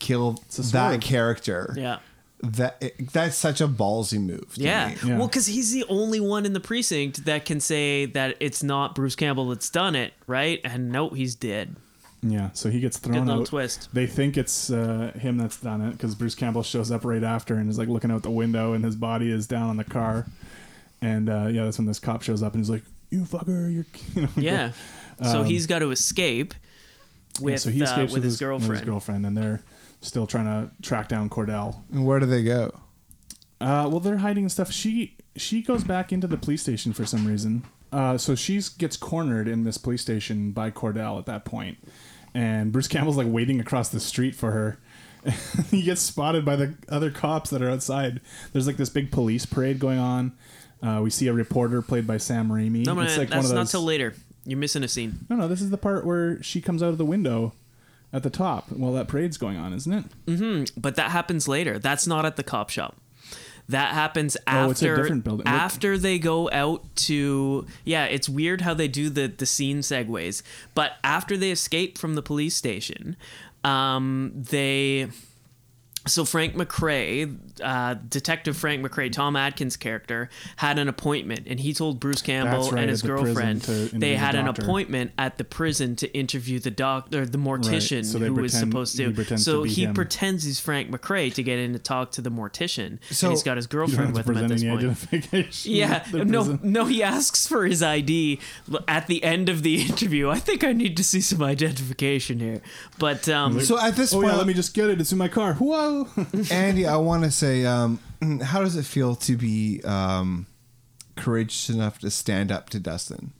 kill
a
that
sword.
character.
Yeah.
that that's such a ballsy move. to
Yeah.
me.
Well, because he's the only one in the precinct that can say that it's not Bruce Campbell that's done it, right? And no, he's dead.
Yeah, so he gets
Good
thrown
little
out.
twist.
They think it's uh, him that's done it because Bruce Campbell shows up right after and is like looking out the window, and his body is down on the car. And uh, yeah, that's when this cop shows up and he's like, "You fucker, you're." You know,
Yeah. so
Um,
he's got to escape
yeah,
with, uh, with, his,
with
girlfriend.
his girlfriend, and they're still trying to track down Cordell.
And where do they go?
Uh, well, they're hiding and stuff. She she goes back into the police station for some reason. Uh, so she gets cornered in this police station by Cordell at that point, and Bruce Campbell's like waiting across the street for her. he gets spotted by the other cops that are outside. There's like this big police parade going on. Uh, we see a reporter played by Sam Raimi.
No, no,
it's
no,
like
that's
one
not
of those.
till later. You're missing a scene.
no, no, this is the part where she comes out of the window at the top while that parade's going on, isn't it?
hmm But that happens later. That's not at the cop shop. That happens after
Oh, it's a different building. What-
after they go out to yeah. It's weird how they do the the scene segues. But after they escape from the police station, um, they so Frank McRae, uh, Detective Frank McRae, Tom Atkins' character, had an appointment, and he told Bruce Campbell
right,
and his
at the prison
girlfriend
to interview
they
the
had an
doctor.
appointment at the prison to interview the doctor, the mortician
so they
who was
pretend-
supposed
he
to.
pretends
so
to be
he
him.
pretends he's Frank McRae to get in to talk to the mortician,
So-
and he's got his
You don't
girlfriend with
have to
him at
present
this
any
point.
identification
Yeah,
at the
no,
prison.
no, he asks for his ID l- at the end of the interview. I think I need to see some identification here, but um,
So at this point,
Oh, me just get it. It's in my car. Whoa,
Andy. I want to say, um, how does it feel to be um, courageous enough to stand up to Dustin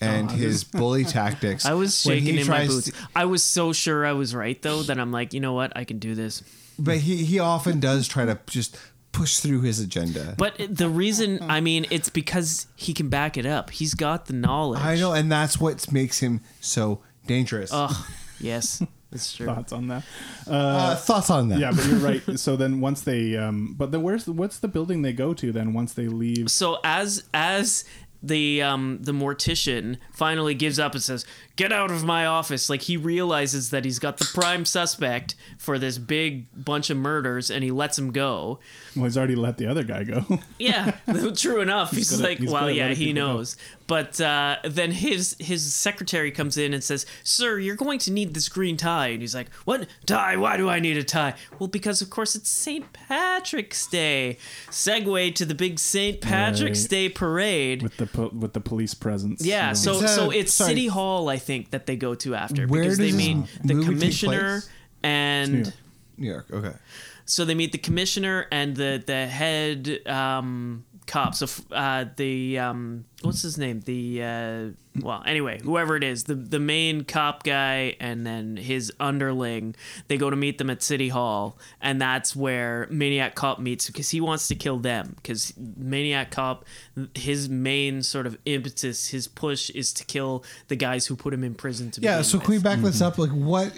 and
Oh,
his
this-
bully tactics?
I was
when he
shaking in my
tries
boots.
to-
I was so sure I was right though that I'm like, you know what, I can do this.
but he he often does try to just push through his agenda.
But the reason, I mean, it's because he can back it up. He's got the knowledge.
I know, and that's what makes him so dangerous.
Ugh, yes, that's true.
Thoughts on that? Uh,
Uh, thoughts on that?
Yeah, but you're right. So then once they, um, but then where's the, what's the building they go to then once they leave?
So as as the um the mortician finally gives up and says, "Get out of my office!" Like he realizes that he's got the prime suspect for this big bunch of murders, and he lets him go.
Well, he's already let the other guy go.
Yeah, true enough. He's,
He's good at-
like,
he's
well,
good at
yeah,
letting
he
people know.
knows. But uh, then his his secretary comes in and says, "Sir, you're going to need this green tie." And he's like, "What tie? Why do I need a tie?" Well, because of course it's St. Patrick's Day. Segue to the big St. Patrick's
Right.
Day parade.
with the po- with the police presence.
Yeah, so
It's, uh,
so it's
sorry.
City Hall, I think, that they go to after
Where
because they
does this
meet the
movie take
commissioner
place?
and
New York. Okay.
so they meet the commissioner and the the head um, cop. So f- uh, the um, what's his name? The uh, well, anyway, whoever it is, the the main cop guy, and then his underling. They go to meet them at City Hall, and that's where Maniac Cop meets because he wants to kill them. Because Maniac Cop, his main sort of impetus, his push is to kill the guys who put him in prison. To
Yeah.
begin
So
with.
can we back this up? Like, what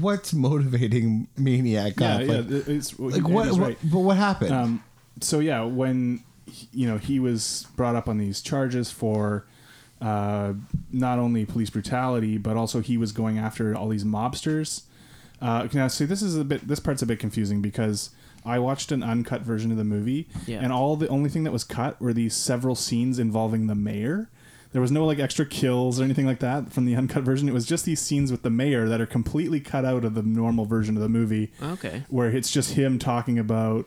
what's motivating maniac?
Yeah,
Cop?
yeah,
Like,
it- it's- well,
like
he-
what,
Andy's
what-
right.
But what happened?
Um, so yeah, when he- you know he was brought up on these charges for uh, not only police brutality, but also he was going after all these mobsters. Uh, now, see, this is a bit. This part's a bit confusing because I watched an uncut version of the movie,
Yeah.
and all the only thing that was cut were these several scenes involving the mayor. There was no like extra kills or anything like that from the uncut version. It was just these scenes with the mayor that are completely cut out of the normal version of the movie
Okay.
where it's just him talking about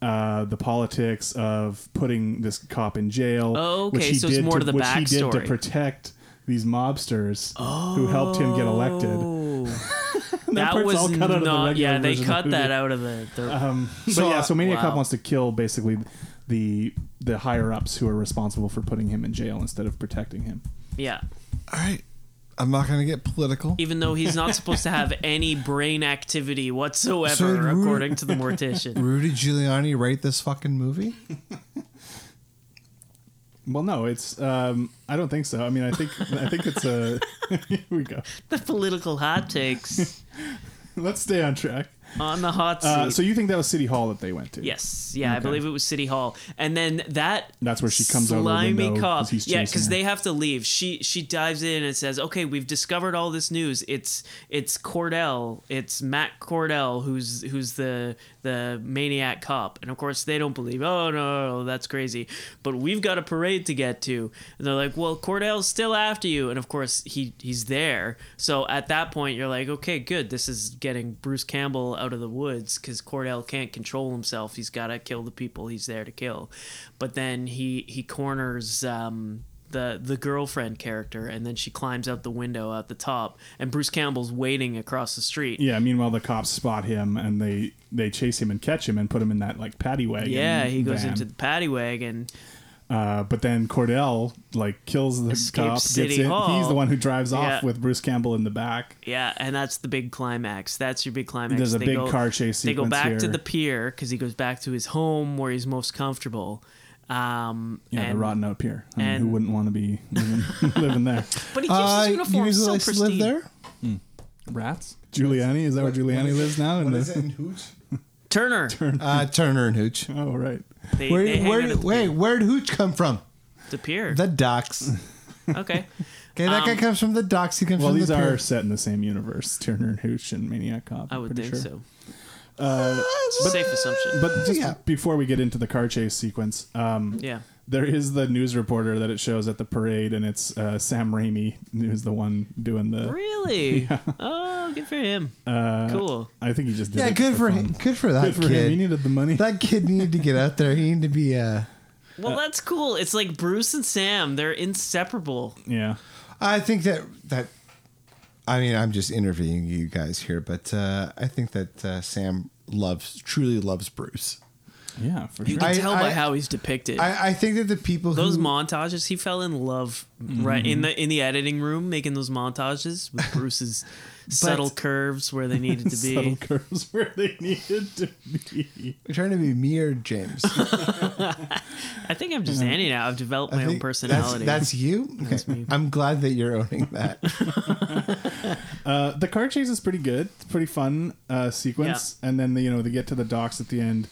uh, the politics of putting this cop in jail.
Oh, okay, so it's more to the
which he did to
backstory.
protect these mobsters who helped him get
Oh.
elected.
that,
part's
was
all cut out of the
not.
regular
yeah, they
version of
cut
the
that
movie.
out of the. the
Um, but yeah, so Maniac Cop
Wow.
wants to kill basically the the higher ups who are responsible for putting him in jail instead of protecting him.
Yeah.
All right. I'm not going to get political.
Even though he's not supposed to have any brain activity whatsoever,
So Ru-
according to the mortician.
Rudy Giuliani write this fucking movie?
Well, no, it's um, I don't think so. I mean, I think I think it's a here we go.
the political hot takes
Let's stay on track.
on the hot seat.
Uh, so you think that was City Hall that they went to?
yes, yeah, I
Okay.
believe it was City Hall, and then that.
That's where she comes out of the
slimy
window
cop.
'cause he's
yeah,
chasing
because
her.
they have to leave. She she dives in and says, "Okay, we've discovered all this news. It's it's Cordell. It's Matt Cordell, who's who's the the maniac cop. And of course, they don't believe, oh, no, no, no, that's crazy. But we've got a parade to get to. And they're like, well, Cordell's still after you. And of course, he, he's there. So at that point, you're like, okay, good. This is getting Bruce Campbell out of the woods because Cordell can't control himself. He's got to kill the people he's there to kill. But then he, he corners. Um, the the girlfriend character, and then she climbs out the window at the top, and Bruce Campbell's waiting across the street.
Yeah. Meanwhile, the cops spot him and they they chase him and catch him and put him in that like paddy wagon.
Yeah, he goes
van.
into the paddy wagon.
Uh, but then Cordell like kills the
Escapes
cop.
City
in.
Hall.
He's the one who drives
Yeah.
off with Bruce Campbell in the back.
Yeah, and that's the big climax. That's your big climax.
There's a big car chase
They go
sequence
back to
here.
the pier because he goes back to his home where he's most comfortable. Um,
Yeah,
and
the rotten out pier. I mean, who
and-
wouldn't want to be living, living there?
But he keeps
Uh,
his uniform
you
so
guys live
pristine.
there?
Rats.
Giuliani is that where Giuliani lives now? In
What
the-
is it in Hooch?
Turner.
Uh, Turner and Hooch.
Oh right.
They-
where
they hang
where
out at the
wait, where'd Hooch come from?
The pier.
The docks.
okay.
Okay, that guy
Um,
comes from the docks. He comes
Well,
from
these
the
are
pier.
set in the same universe: Turner and Hooch and Maniac Cop.
I would
pretty
think
sure.
so.
Ah,
Uh,
It's a safe assumption.
But just
Yeah.
before we get into the car chase sequence, um,
Yeah.
there is the news reporter that it shows at the parade, and it's uh, Sam Raimi who's the one doing the.
Really?
Yeah.
Oh, good for him.
Uh,
Cool.
I think he just did
Yeah,
it
good for
fun.
him. Good for that
Good for him.
kid.
He needed the money.
That kid needed to get out there. He needed to be. Uh,
Well, that's cool. It's like Bruce and Sam. They're inseparable.
Yeah.
I think that that. I mean, I'm just interviewing you guys here, but uh, I think that uh, Sam loves truly loves Bruce.
Yeah, for
You
sure.
can
I-
tell
I-
by how he's depicted.
I, I think that the people
those
who, Mm-hmm.
montages, he fell in love right in the in the editing room making those montages with Bruce's subtle curves where they needed to be.
Subtle curves where they needed to be.
You're trying to be me or James?
I think I'm just Andy now. I've developed
I
my own
think
personality.
That's, that's you. Okay. I'm glad that you're owning that.
Uh, the car chase is pretty good. It's a pretty fun uh, sequence, and then they, you know they get to the docks at the end,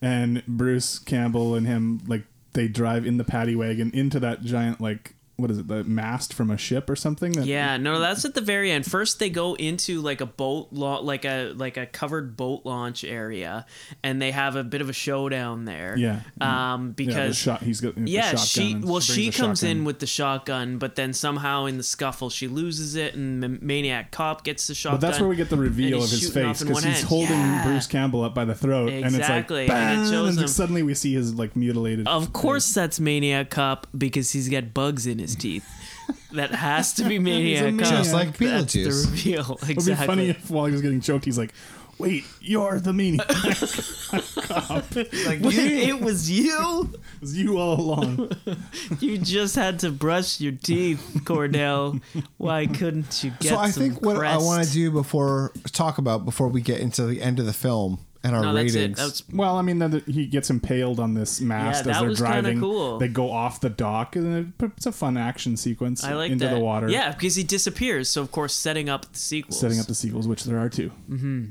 and Bruce Campbell and him like they drive in the paddy wagon into that giant like what is it the mast from a ship or something? That,
yeah, no, that's at the very end. First, they go into like a boat, la- like a like a covered boat launch area, and they have a bit of a showdown there.
Yeah.
um,
Yeah, the
because
shot- he's got the
yeah,
shotgun
she
and
well,
brings
she
the
comes
shotgun.
in with the shotgun, but then somehow in the scuffle she loses it, and the maniac cop gets the shotgun.
But that's where we get the
and
reveal
he's
of his
shooting off
face
in
because
one
he's
hand.
holding
Yeah.
Bruce Campbell up by the throat,
Exactly,
and it's like,
and it
"Bang!"
shows him-
suddenly we see his like mutilated.
Of course, that's Maniac Cop because he's got bugs in his teeth. That has to be Maniac Cop.
maniac. Just like
That's the
Beetlejuice.
reveal.
It would be
Exactly.
funny if while he was getting choked, he's like, "Wait, you're the maniac."
Wait, it was you.
It was you all along.
You just had to brush your teeth, Cordell. Why couldn't you get
so I
some
think what I
Crest?
want to do before talk about before we get into the end of the film and our
No, that's
ratings.
it. That's-
Well, I mean, then he gets impaled on this mast
Yeah,
as
that
they're
was kinda
driving.
cool.
They go off the dock, and it- it's a fun action sequence
I like
into
that.
the water,
Yeah, because he disappears. So of course, setting up the sequels.
setting up the sequels, which there are 2 Mm-hmm.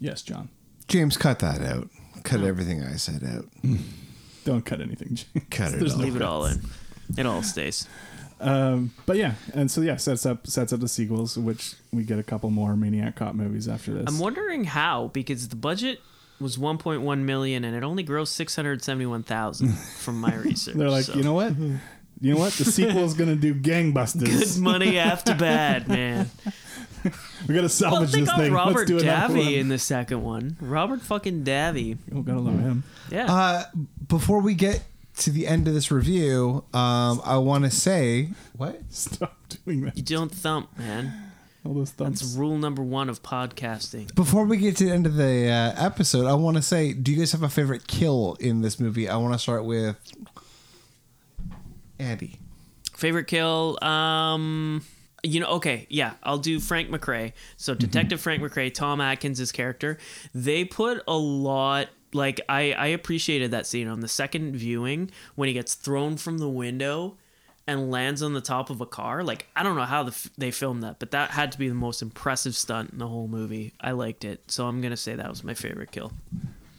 Yes, John.
James, cut that out. Cut everything I said out.
Don't cut anything. James.
Cut it.
There's
out.
no
Leave it all in. It all stays.
Um, but yeah, and so yeah, sets up sets up the sequels, which we get a couple more Maniac Cop movies after this.
I'm wondering how because the budget was 1.1 million and it only grossed 671,000 from my research.
They're like,
so.
you know what? You know what? The sequel's gonna do gangbusters.
good money after bad, man.
we gotta
Well,
salvage
they
this
got
thing.
Robert
Let's do another one.
Davi in the second one. Robert fucking Davi.
Oh, gotta love him.
Yeah.
Uh, before we get to the end of this review, um, I want to say what?
Stop doing that.
you don't thump, man.
All those thumps.
That's rule number one of podcasting.
Before we get to the end of the uh, episode, I want to say, do you guys have a favorite kill in this movie? I want to start with Andy.
Favorite kill? Um, you know, okay, yeah, I'll do Frank McRae. So Detective Frank McRae, Tom Atkins' his character. They put a lot. Like I, I appreciated that scene on the second viewing when he gets thrown from the window and lands on the top of a car. Like I don't know how the f- they filmed that, but that had to be the most impressive stunt in the whole movie. I liked it, so I'm gonna say that was my favorite kill.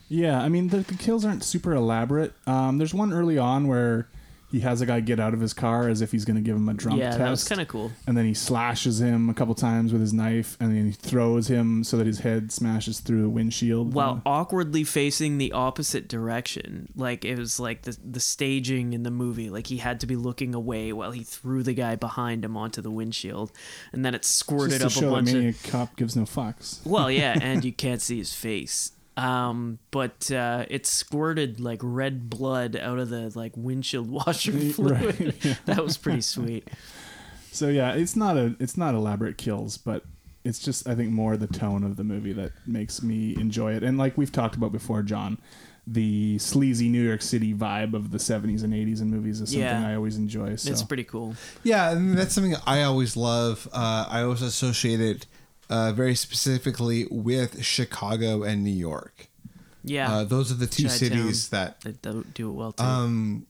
Yeah, I mean the, the kills aren't super elaborate. Um, there's one early on where He has a guy get out of his car as if he's going to give him a drunk
Yeah,
test.
that was kinda cool.
And then he slashes him a couple times with his knife, and then he throws him so that his head smashes through the windshield.
while awkwardly facing the opposite direction. Like it was like the the staging in the movie. Like he had to be looking away while he threw the guy behind him onto the windshield, and then it squirted
Just to
up a
show that
bunch
Maniac
of.
Cop gives no fucks.
Well, yeah, and you can't see his face. Um, but uh, it squirted like red blood out of the like windshield washer fluid.
Right, yeah.
That was pretty sweet.
So yeah, it's not a it's not elaborate kills, but it's just I think more the tone of the movie that makes me enjoy it. And like we've talked about before, John, the sleazy New York City vibe of the '70s and '80s in movies is something
Yeah.
I always enjoy. So
It's pretty cool.
Yeah, and that's something I always love. Uh, I always associate it uh, very specifically with Chicago and New York.
Yeah,
Uh, those are the two
Chi-Town.
cities that
They do do it well too.
um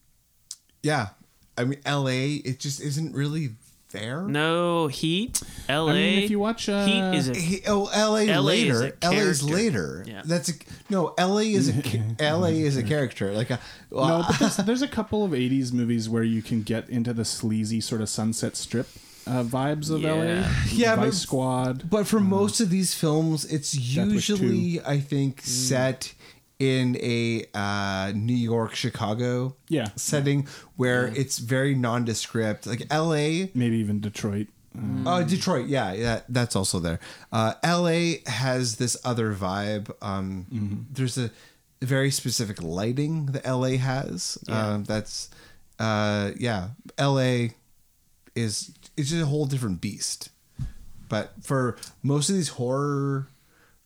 yeah. I mean LA it just isn't really there.
no heat. L.A.
if you watch, uh,
heat is a
He- oh, LA,
is
later.
a
LA is
character.
later.
Yeah.
That's a, no LA is a ca- LA is a character. Like a, well,
no, but there's, there's a couple of '80s movies where you can get into the sleazy sort of Sunset Strip uh, vibes of LA.
Yeah,
Vice
but-
Squad.
But for most of these films, it's
Uh-huh. Wish Mm.
usually I think set in a uh, New York Chicago
Yeah.
setting where it's very nondescript, like L.A.
Maybe even Detroit. Uh,
Oh, Detroit, yeah, yeah, that's also there. Uh, L.A. has this other vibe. Um, There's a very specific lighting that L.A. has. Um, that's uh, yeah, L.A. is it's just a whole different beast. But for most of these horror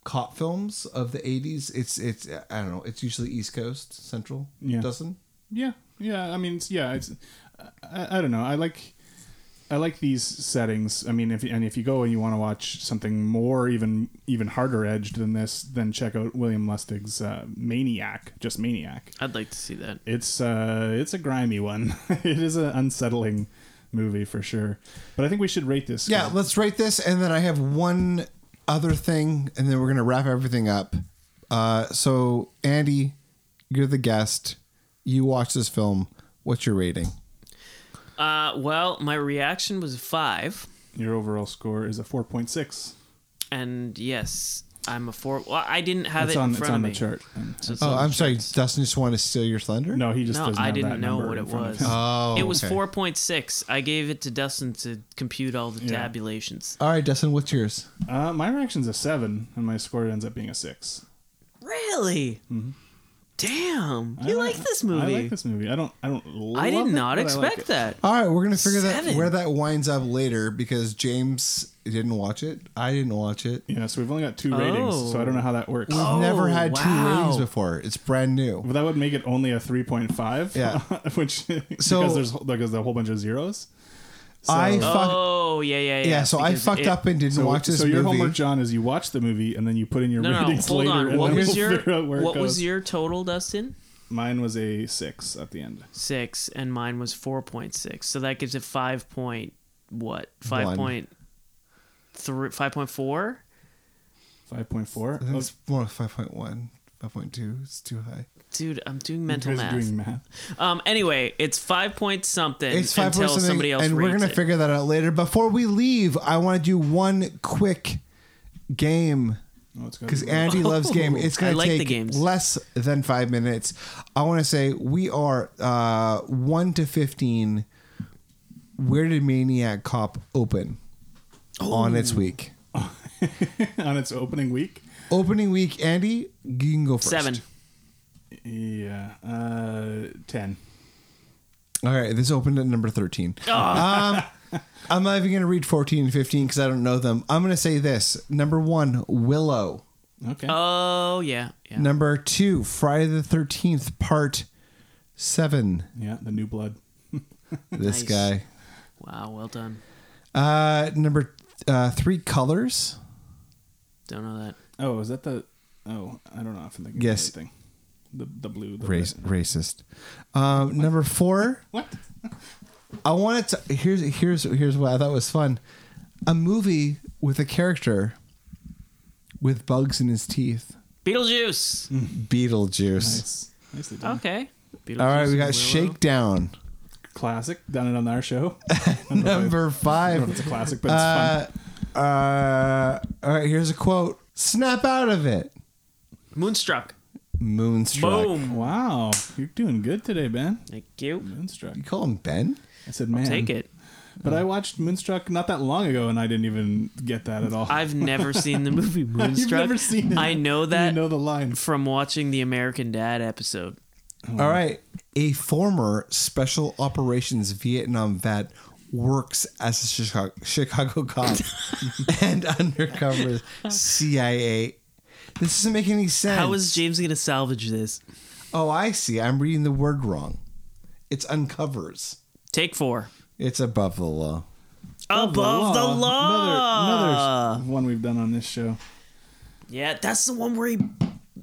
cop films of the 80s, it's it's I don't know, it's usually East Coast, Central,
Yeah.
doesn't?
Yeah, yeah. I mean, it's, yeah. It's I, I don't know. I like I like these settings. I mean, if and if you go and you want to watch something more, even even harder edged than this, then check out William Lustig's uh, Maniac. Just Maniac.
I'd like to see that.
It's uh, it's a grimy one. it is an unsettling movie for sure. But I think we should rate this.
Yeah, let's rate this, and then I have one other thing, and then we're gonna wrap everything up. Uh, so, Andy, you're the guest. You watch this film. What's your rating?
Uh, well, my reaction was a five,
Your overall score is a four point six.
and yes, I'm a four. Well, I didn't have
It's
it
on-
in
it's
front
on
of
the
me.
chart.
So it's
oh,
on the
I'm sorry. Dustin just wanted to steal your thunder.
No, he just
no,
doesn't
I
have that
didn't know
number
what
in
it
front of
was.
him.
Oh,
it was
okay.
four point six. I gave it to Dustin to compute all the
Yeah.
tabulations.
All right, Dustin, what's yours?
Uh, my reaction's a seven, and my score ends up being a six.
Really? Damn, you
Mm-hmm. I
like this movie?
I like this movie. I don't. I don't. Love
I did
it,
not
but I like
expect
it.
that.
All right, we're gonna figure that
Seven.
where that winds up later because James didn't watch it. I didn't watch it.
Yeah, so we've only got two ratings, so I don't know how that works.
We've
Oh.
never had two
wow.
ratings before. It's brand new.
But that would make it only a three point five.
Yeah.
which
So-
because there's because there's a whole bunch of zeros.
I fuck,
Oh yeah, yeah, yeah.
yeah. So I
because
fucked
it-
up and didn't
So,
watch this
so your
movie.
homework, John, is you watch the movie and then you put in your
No, no, no.
ratings
Hold
later.
on.
and
What
then
was
we'll
your
figure out where it
What was
goes.
your total, Dustin?
Mine was a six at the end.
Six, and mine was four point six. So that gives it five point what?
One.
Five point three. Five point four.
Five point four. Oh,
I think it's more like 5.1, 5.2. It's too high.
Dude, I'm doing mental
you guys
math.
are doing math.
Um. Anyway, it's five point something
It's five
until
point something,
somebody else
and we're
rates
gonna
it.
figure that out later. Before we leave, I want to do one quick game
Oh, it's gotta
because
be-
Andy loves game. It's
I
gonna
like the
take
games.
less than five minutes. I want to say we are uh, one to fifteen. Where did Maniac Cop open on
Oh.
its week?
on its opening week.
Opening week, Andy, you can go first.
Seven.
Yeah, uh, ten.
All right, this opened at number 13. Um, I'm not even going to read 14 and 15 because I don't know them. I'm going to say this. Number one, Willow.
Okay.
Oh yeah. Yeah.
Number two, Friday the 13th, part seven.
yeah, the new blood.
This
Nice.
guy.
Wow. Well done.
Uh, number uh, three, Colors.
Don't know that.
Oh, is that the? Oh, I don't know. if I'm thinking
Yes.
of the right thing. The the blue. The
Race, racist. Um, number four,
What?
I wanted to. Here's, here's, here's what I thought was fun a movie with a character with bugs in his teeth.
Beetlejuice.
Beetlejuice.
Nice. Nicely done.
Okay. Beetlejuice
All right, we got
and Willow. Oh.
Shakedown.
classic. Done it on our show.
Number
I
five.
don't know if it's a classic, but it's
uh, fun. Uh, all right, here's a quote. Snap out of it.
Moonstruck.
Moonstruck.
Boom.
Wow. You're doing good today, Ben.
Thank you.
Moonstruck.
You call him Ben?
I said, man.
Take it.
But I watched Moonstruck not that long ago, and I didn't even get that at all.
I've never seen the movie
You've
Moonstruck.
never seen it.
I know that.
You know the line.
from watching the American Dad episode. Oh.
All right. A former special operations Vietnam vet works as a Chicago, Chicago cop and undercover CIA. This doesn't make any sense.
How is James going to salvage this?
Oh, I see. I'm reading the word wrong. It's uncovers.
Take four.
It's above the law.
Above, the law.
Another, another one we've done on this show.
Yeah, that's the one where he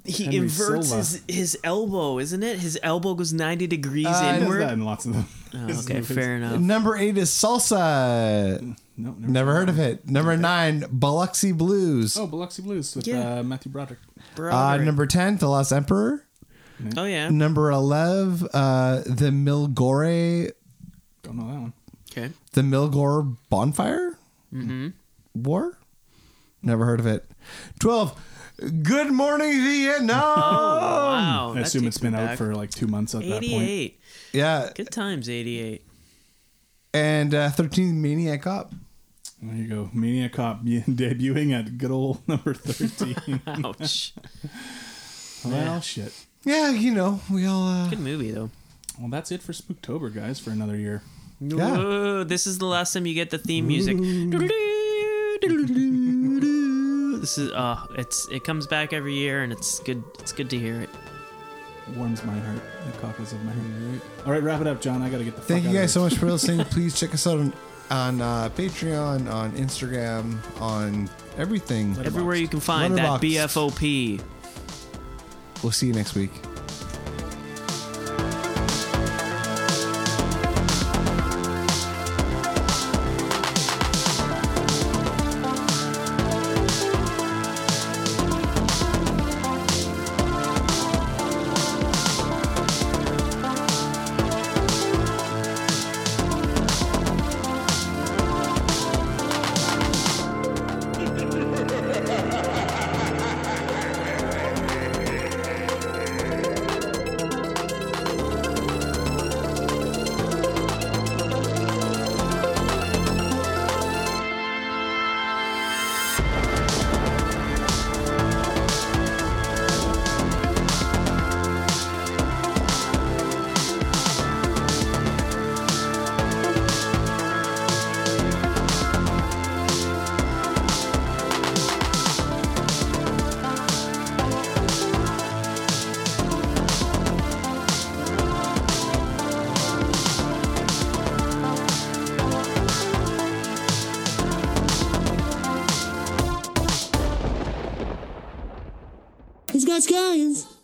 he
Henry
inverts
Silva.
his, his elbow, isn't it? His elbow goes ninety degrees
Uh,
He does
inward.
that in lots of them.
Oh, okay, fair enough.
Number eight is salsa.
No, never,
Never, heard of it. Number nine, Biloxi Blues.
Oh, Biloxi Blues with
Yeah.
uh, Matthew Broderick.
uh,
Broderick.
number ten, The Lost Emperor.
oh yeah.
Number eleven, uh, the Milgore,
Don't know that one. um,
Okay.
the Milgore Bonfire
Mm-hmm.
War. Never heard of it. Twelve, Good Morning Vietnam.
Wow.
I
Oh, that
assume
takes
it's been
me
out
back.
for like two months at that point.
eighty-eight.
yeah,
Good times, eighty-eight.
and uh, thirteen, Maniac Cop.
There you go. Maniac Cop yeah, debuting at good old number 13.
Ouch.
well, shit.
Yeah, you know we all. Uh,
Good movie though.
Well, that's it for Spooktober, guys, for another year.
Yeah.
Whoa, this is the last time you get the theme music. This is uh it's it comes back every year and it's good it's good to hear it.
Warms my heart. The cockles of my heart. All right, wrap it up, John. I got to get the
Thank
fuck
you
out
guys so
of
much for listening. Please check us out on on uh, Patreon, on Instagram, on everything.
Everywhere you can find that
Letterboxd.
BFOP.
We'll see you next week.
He's got scallions.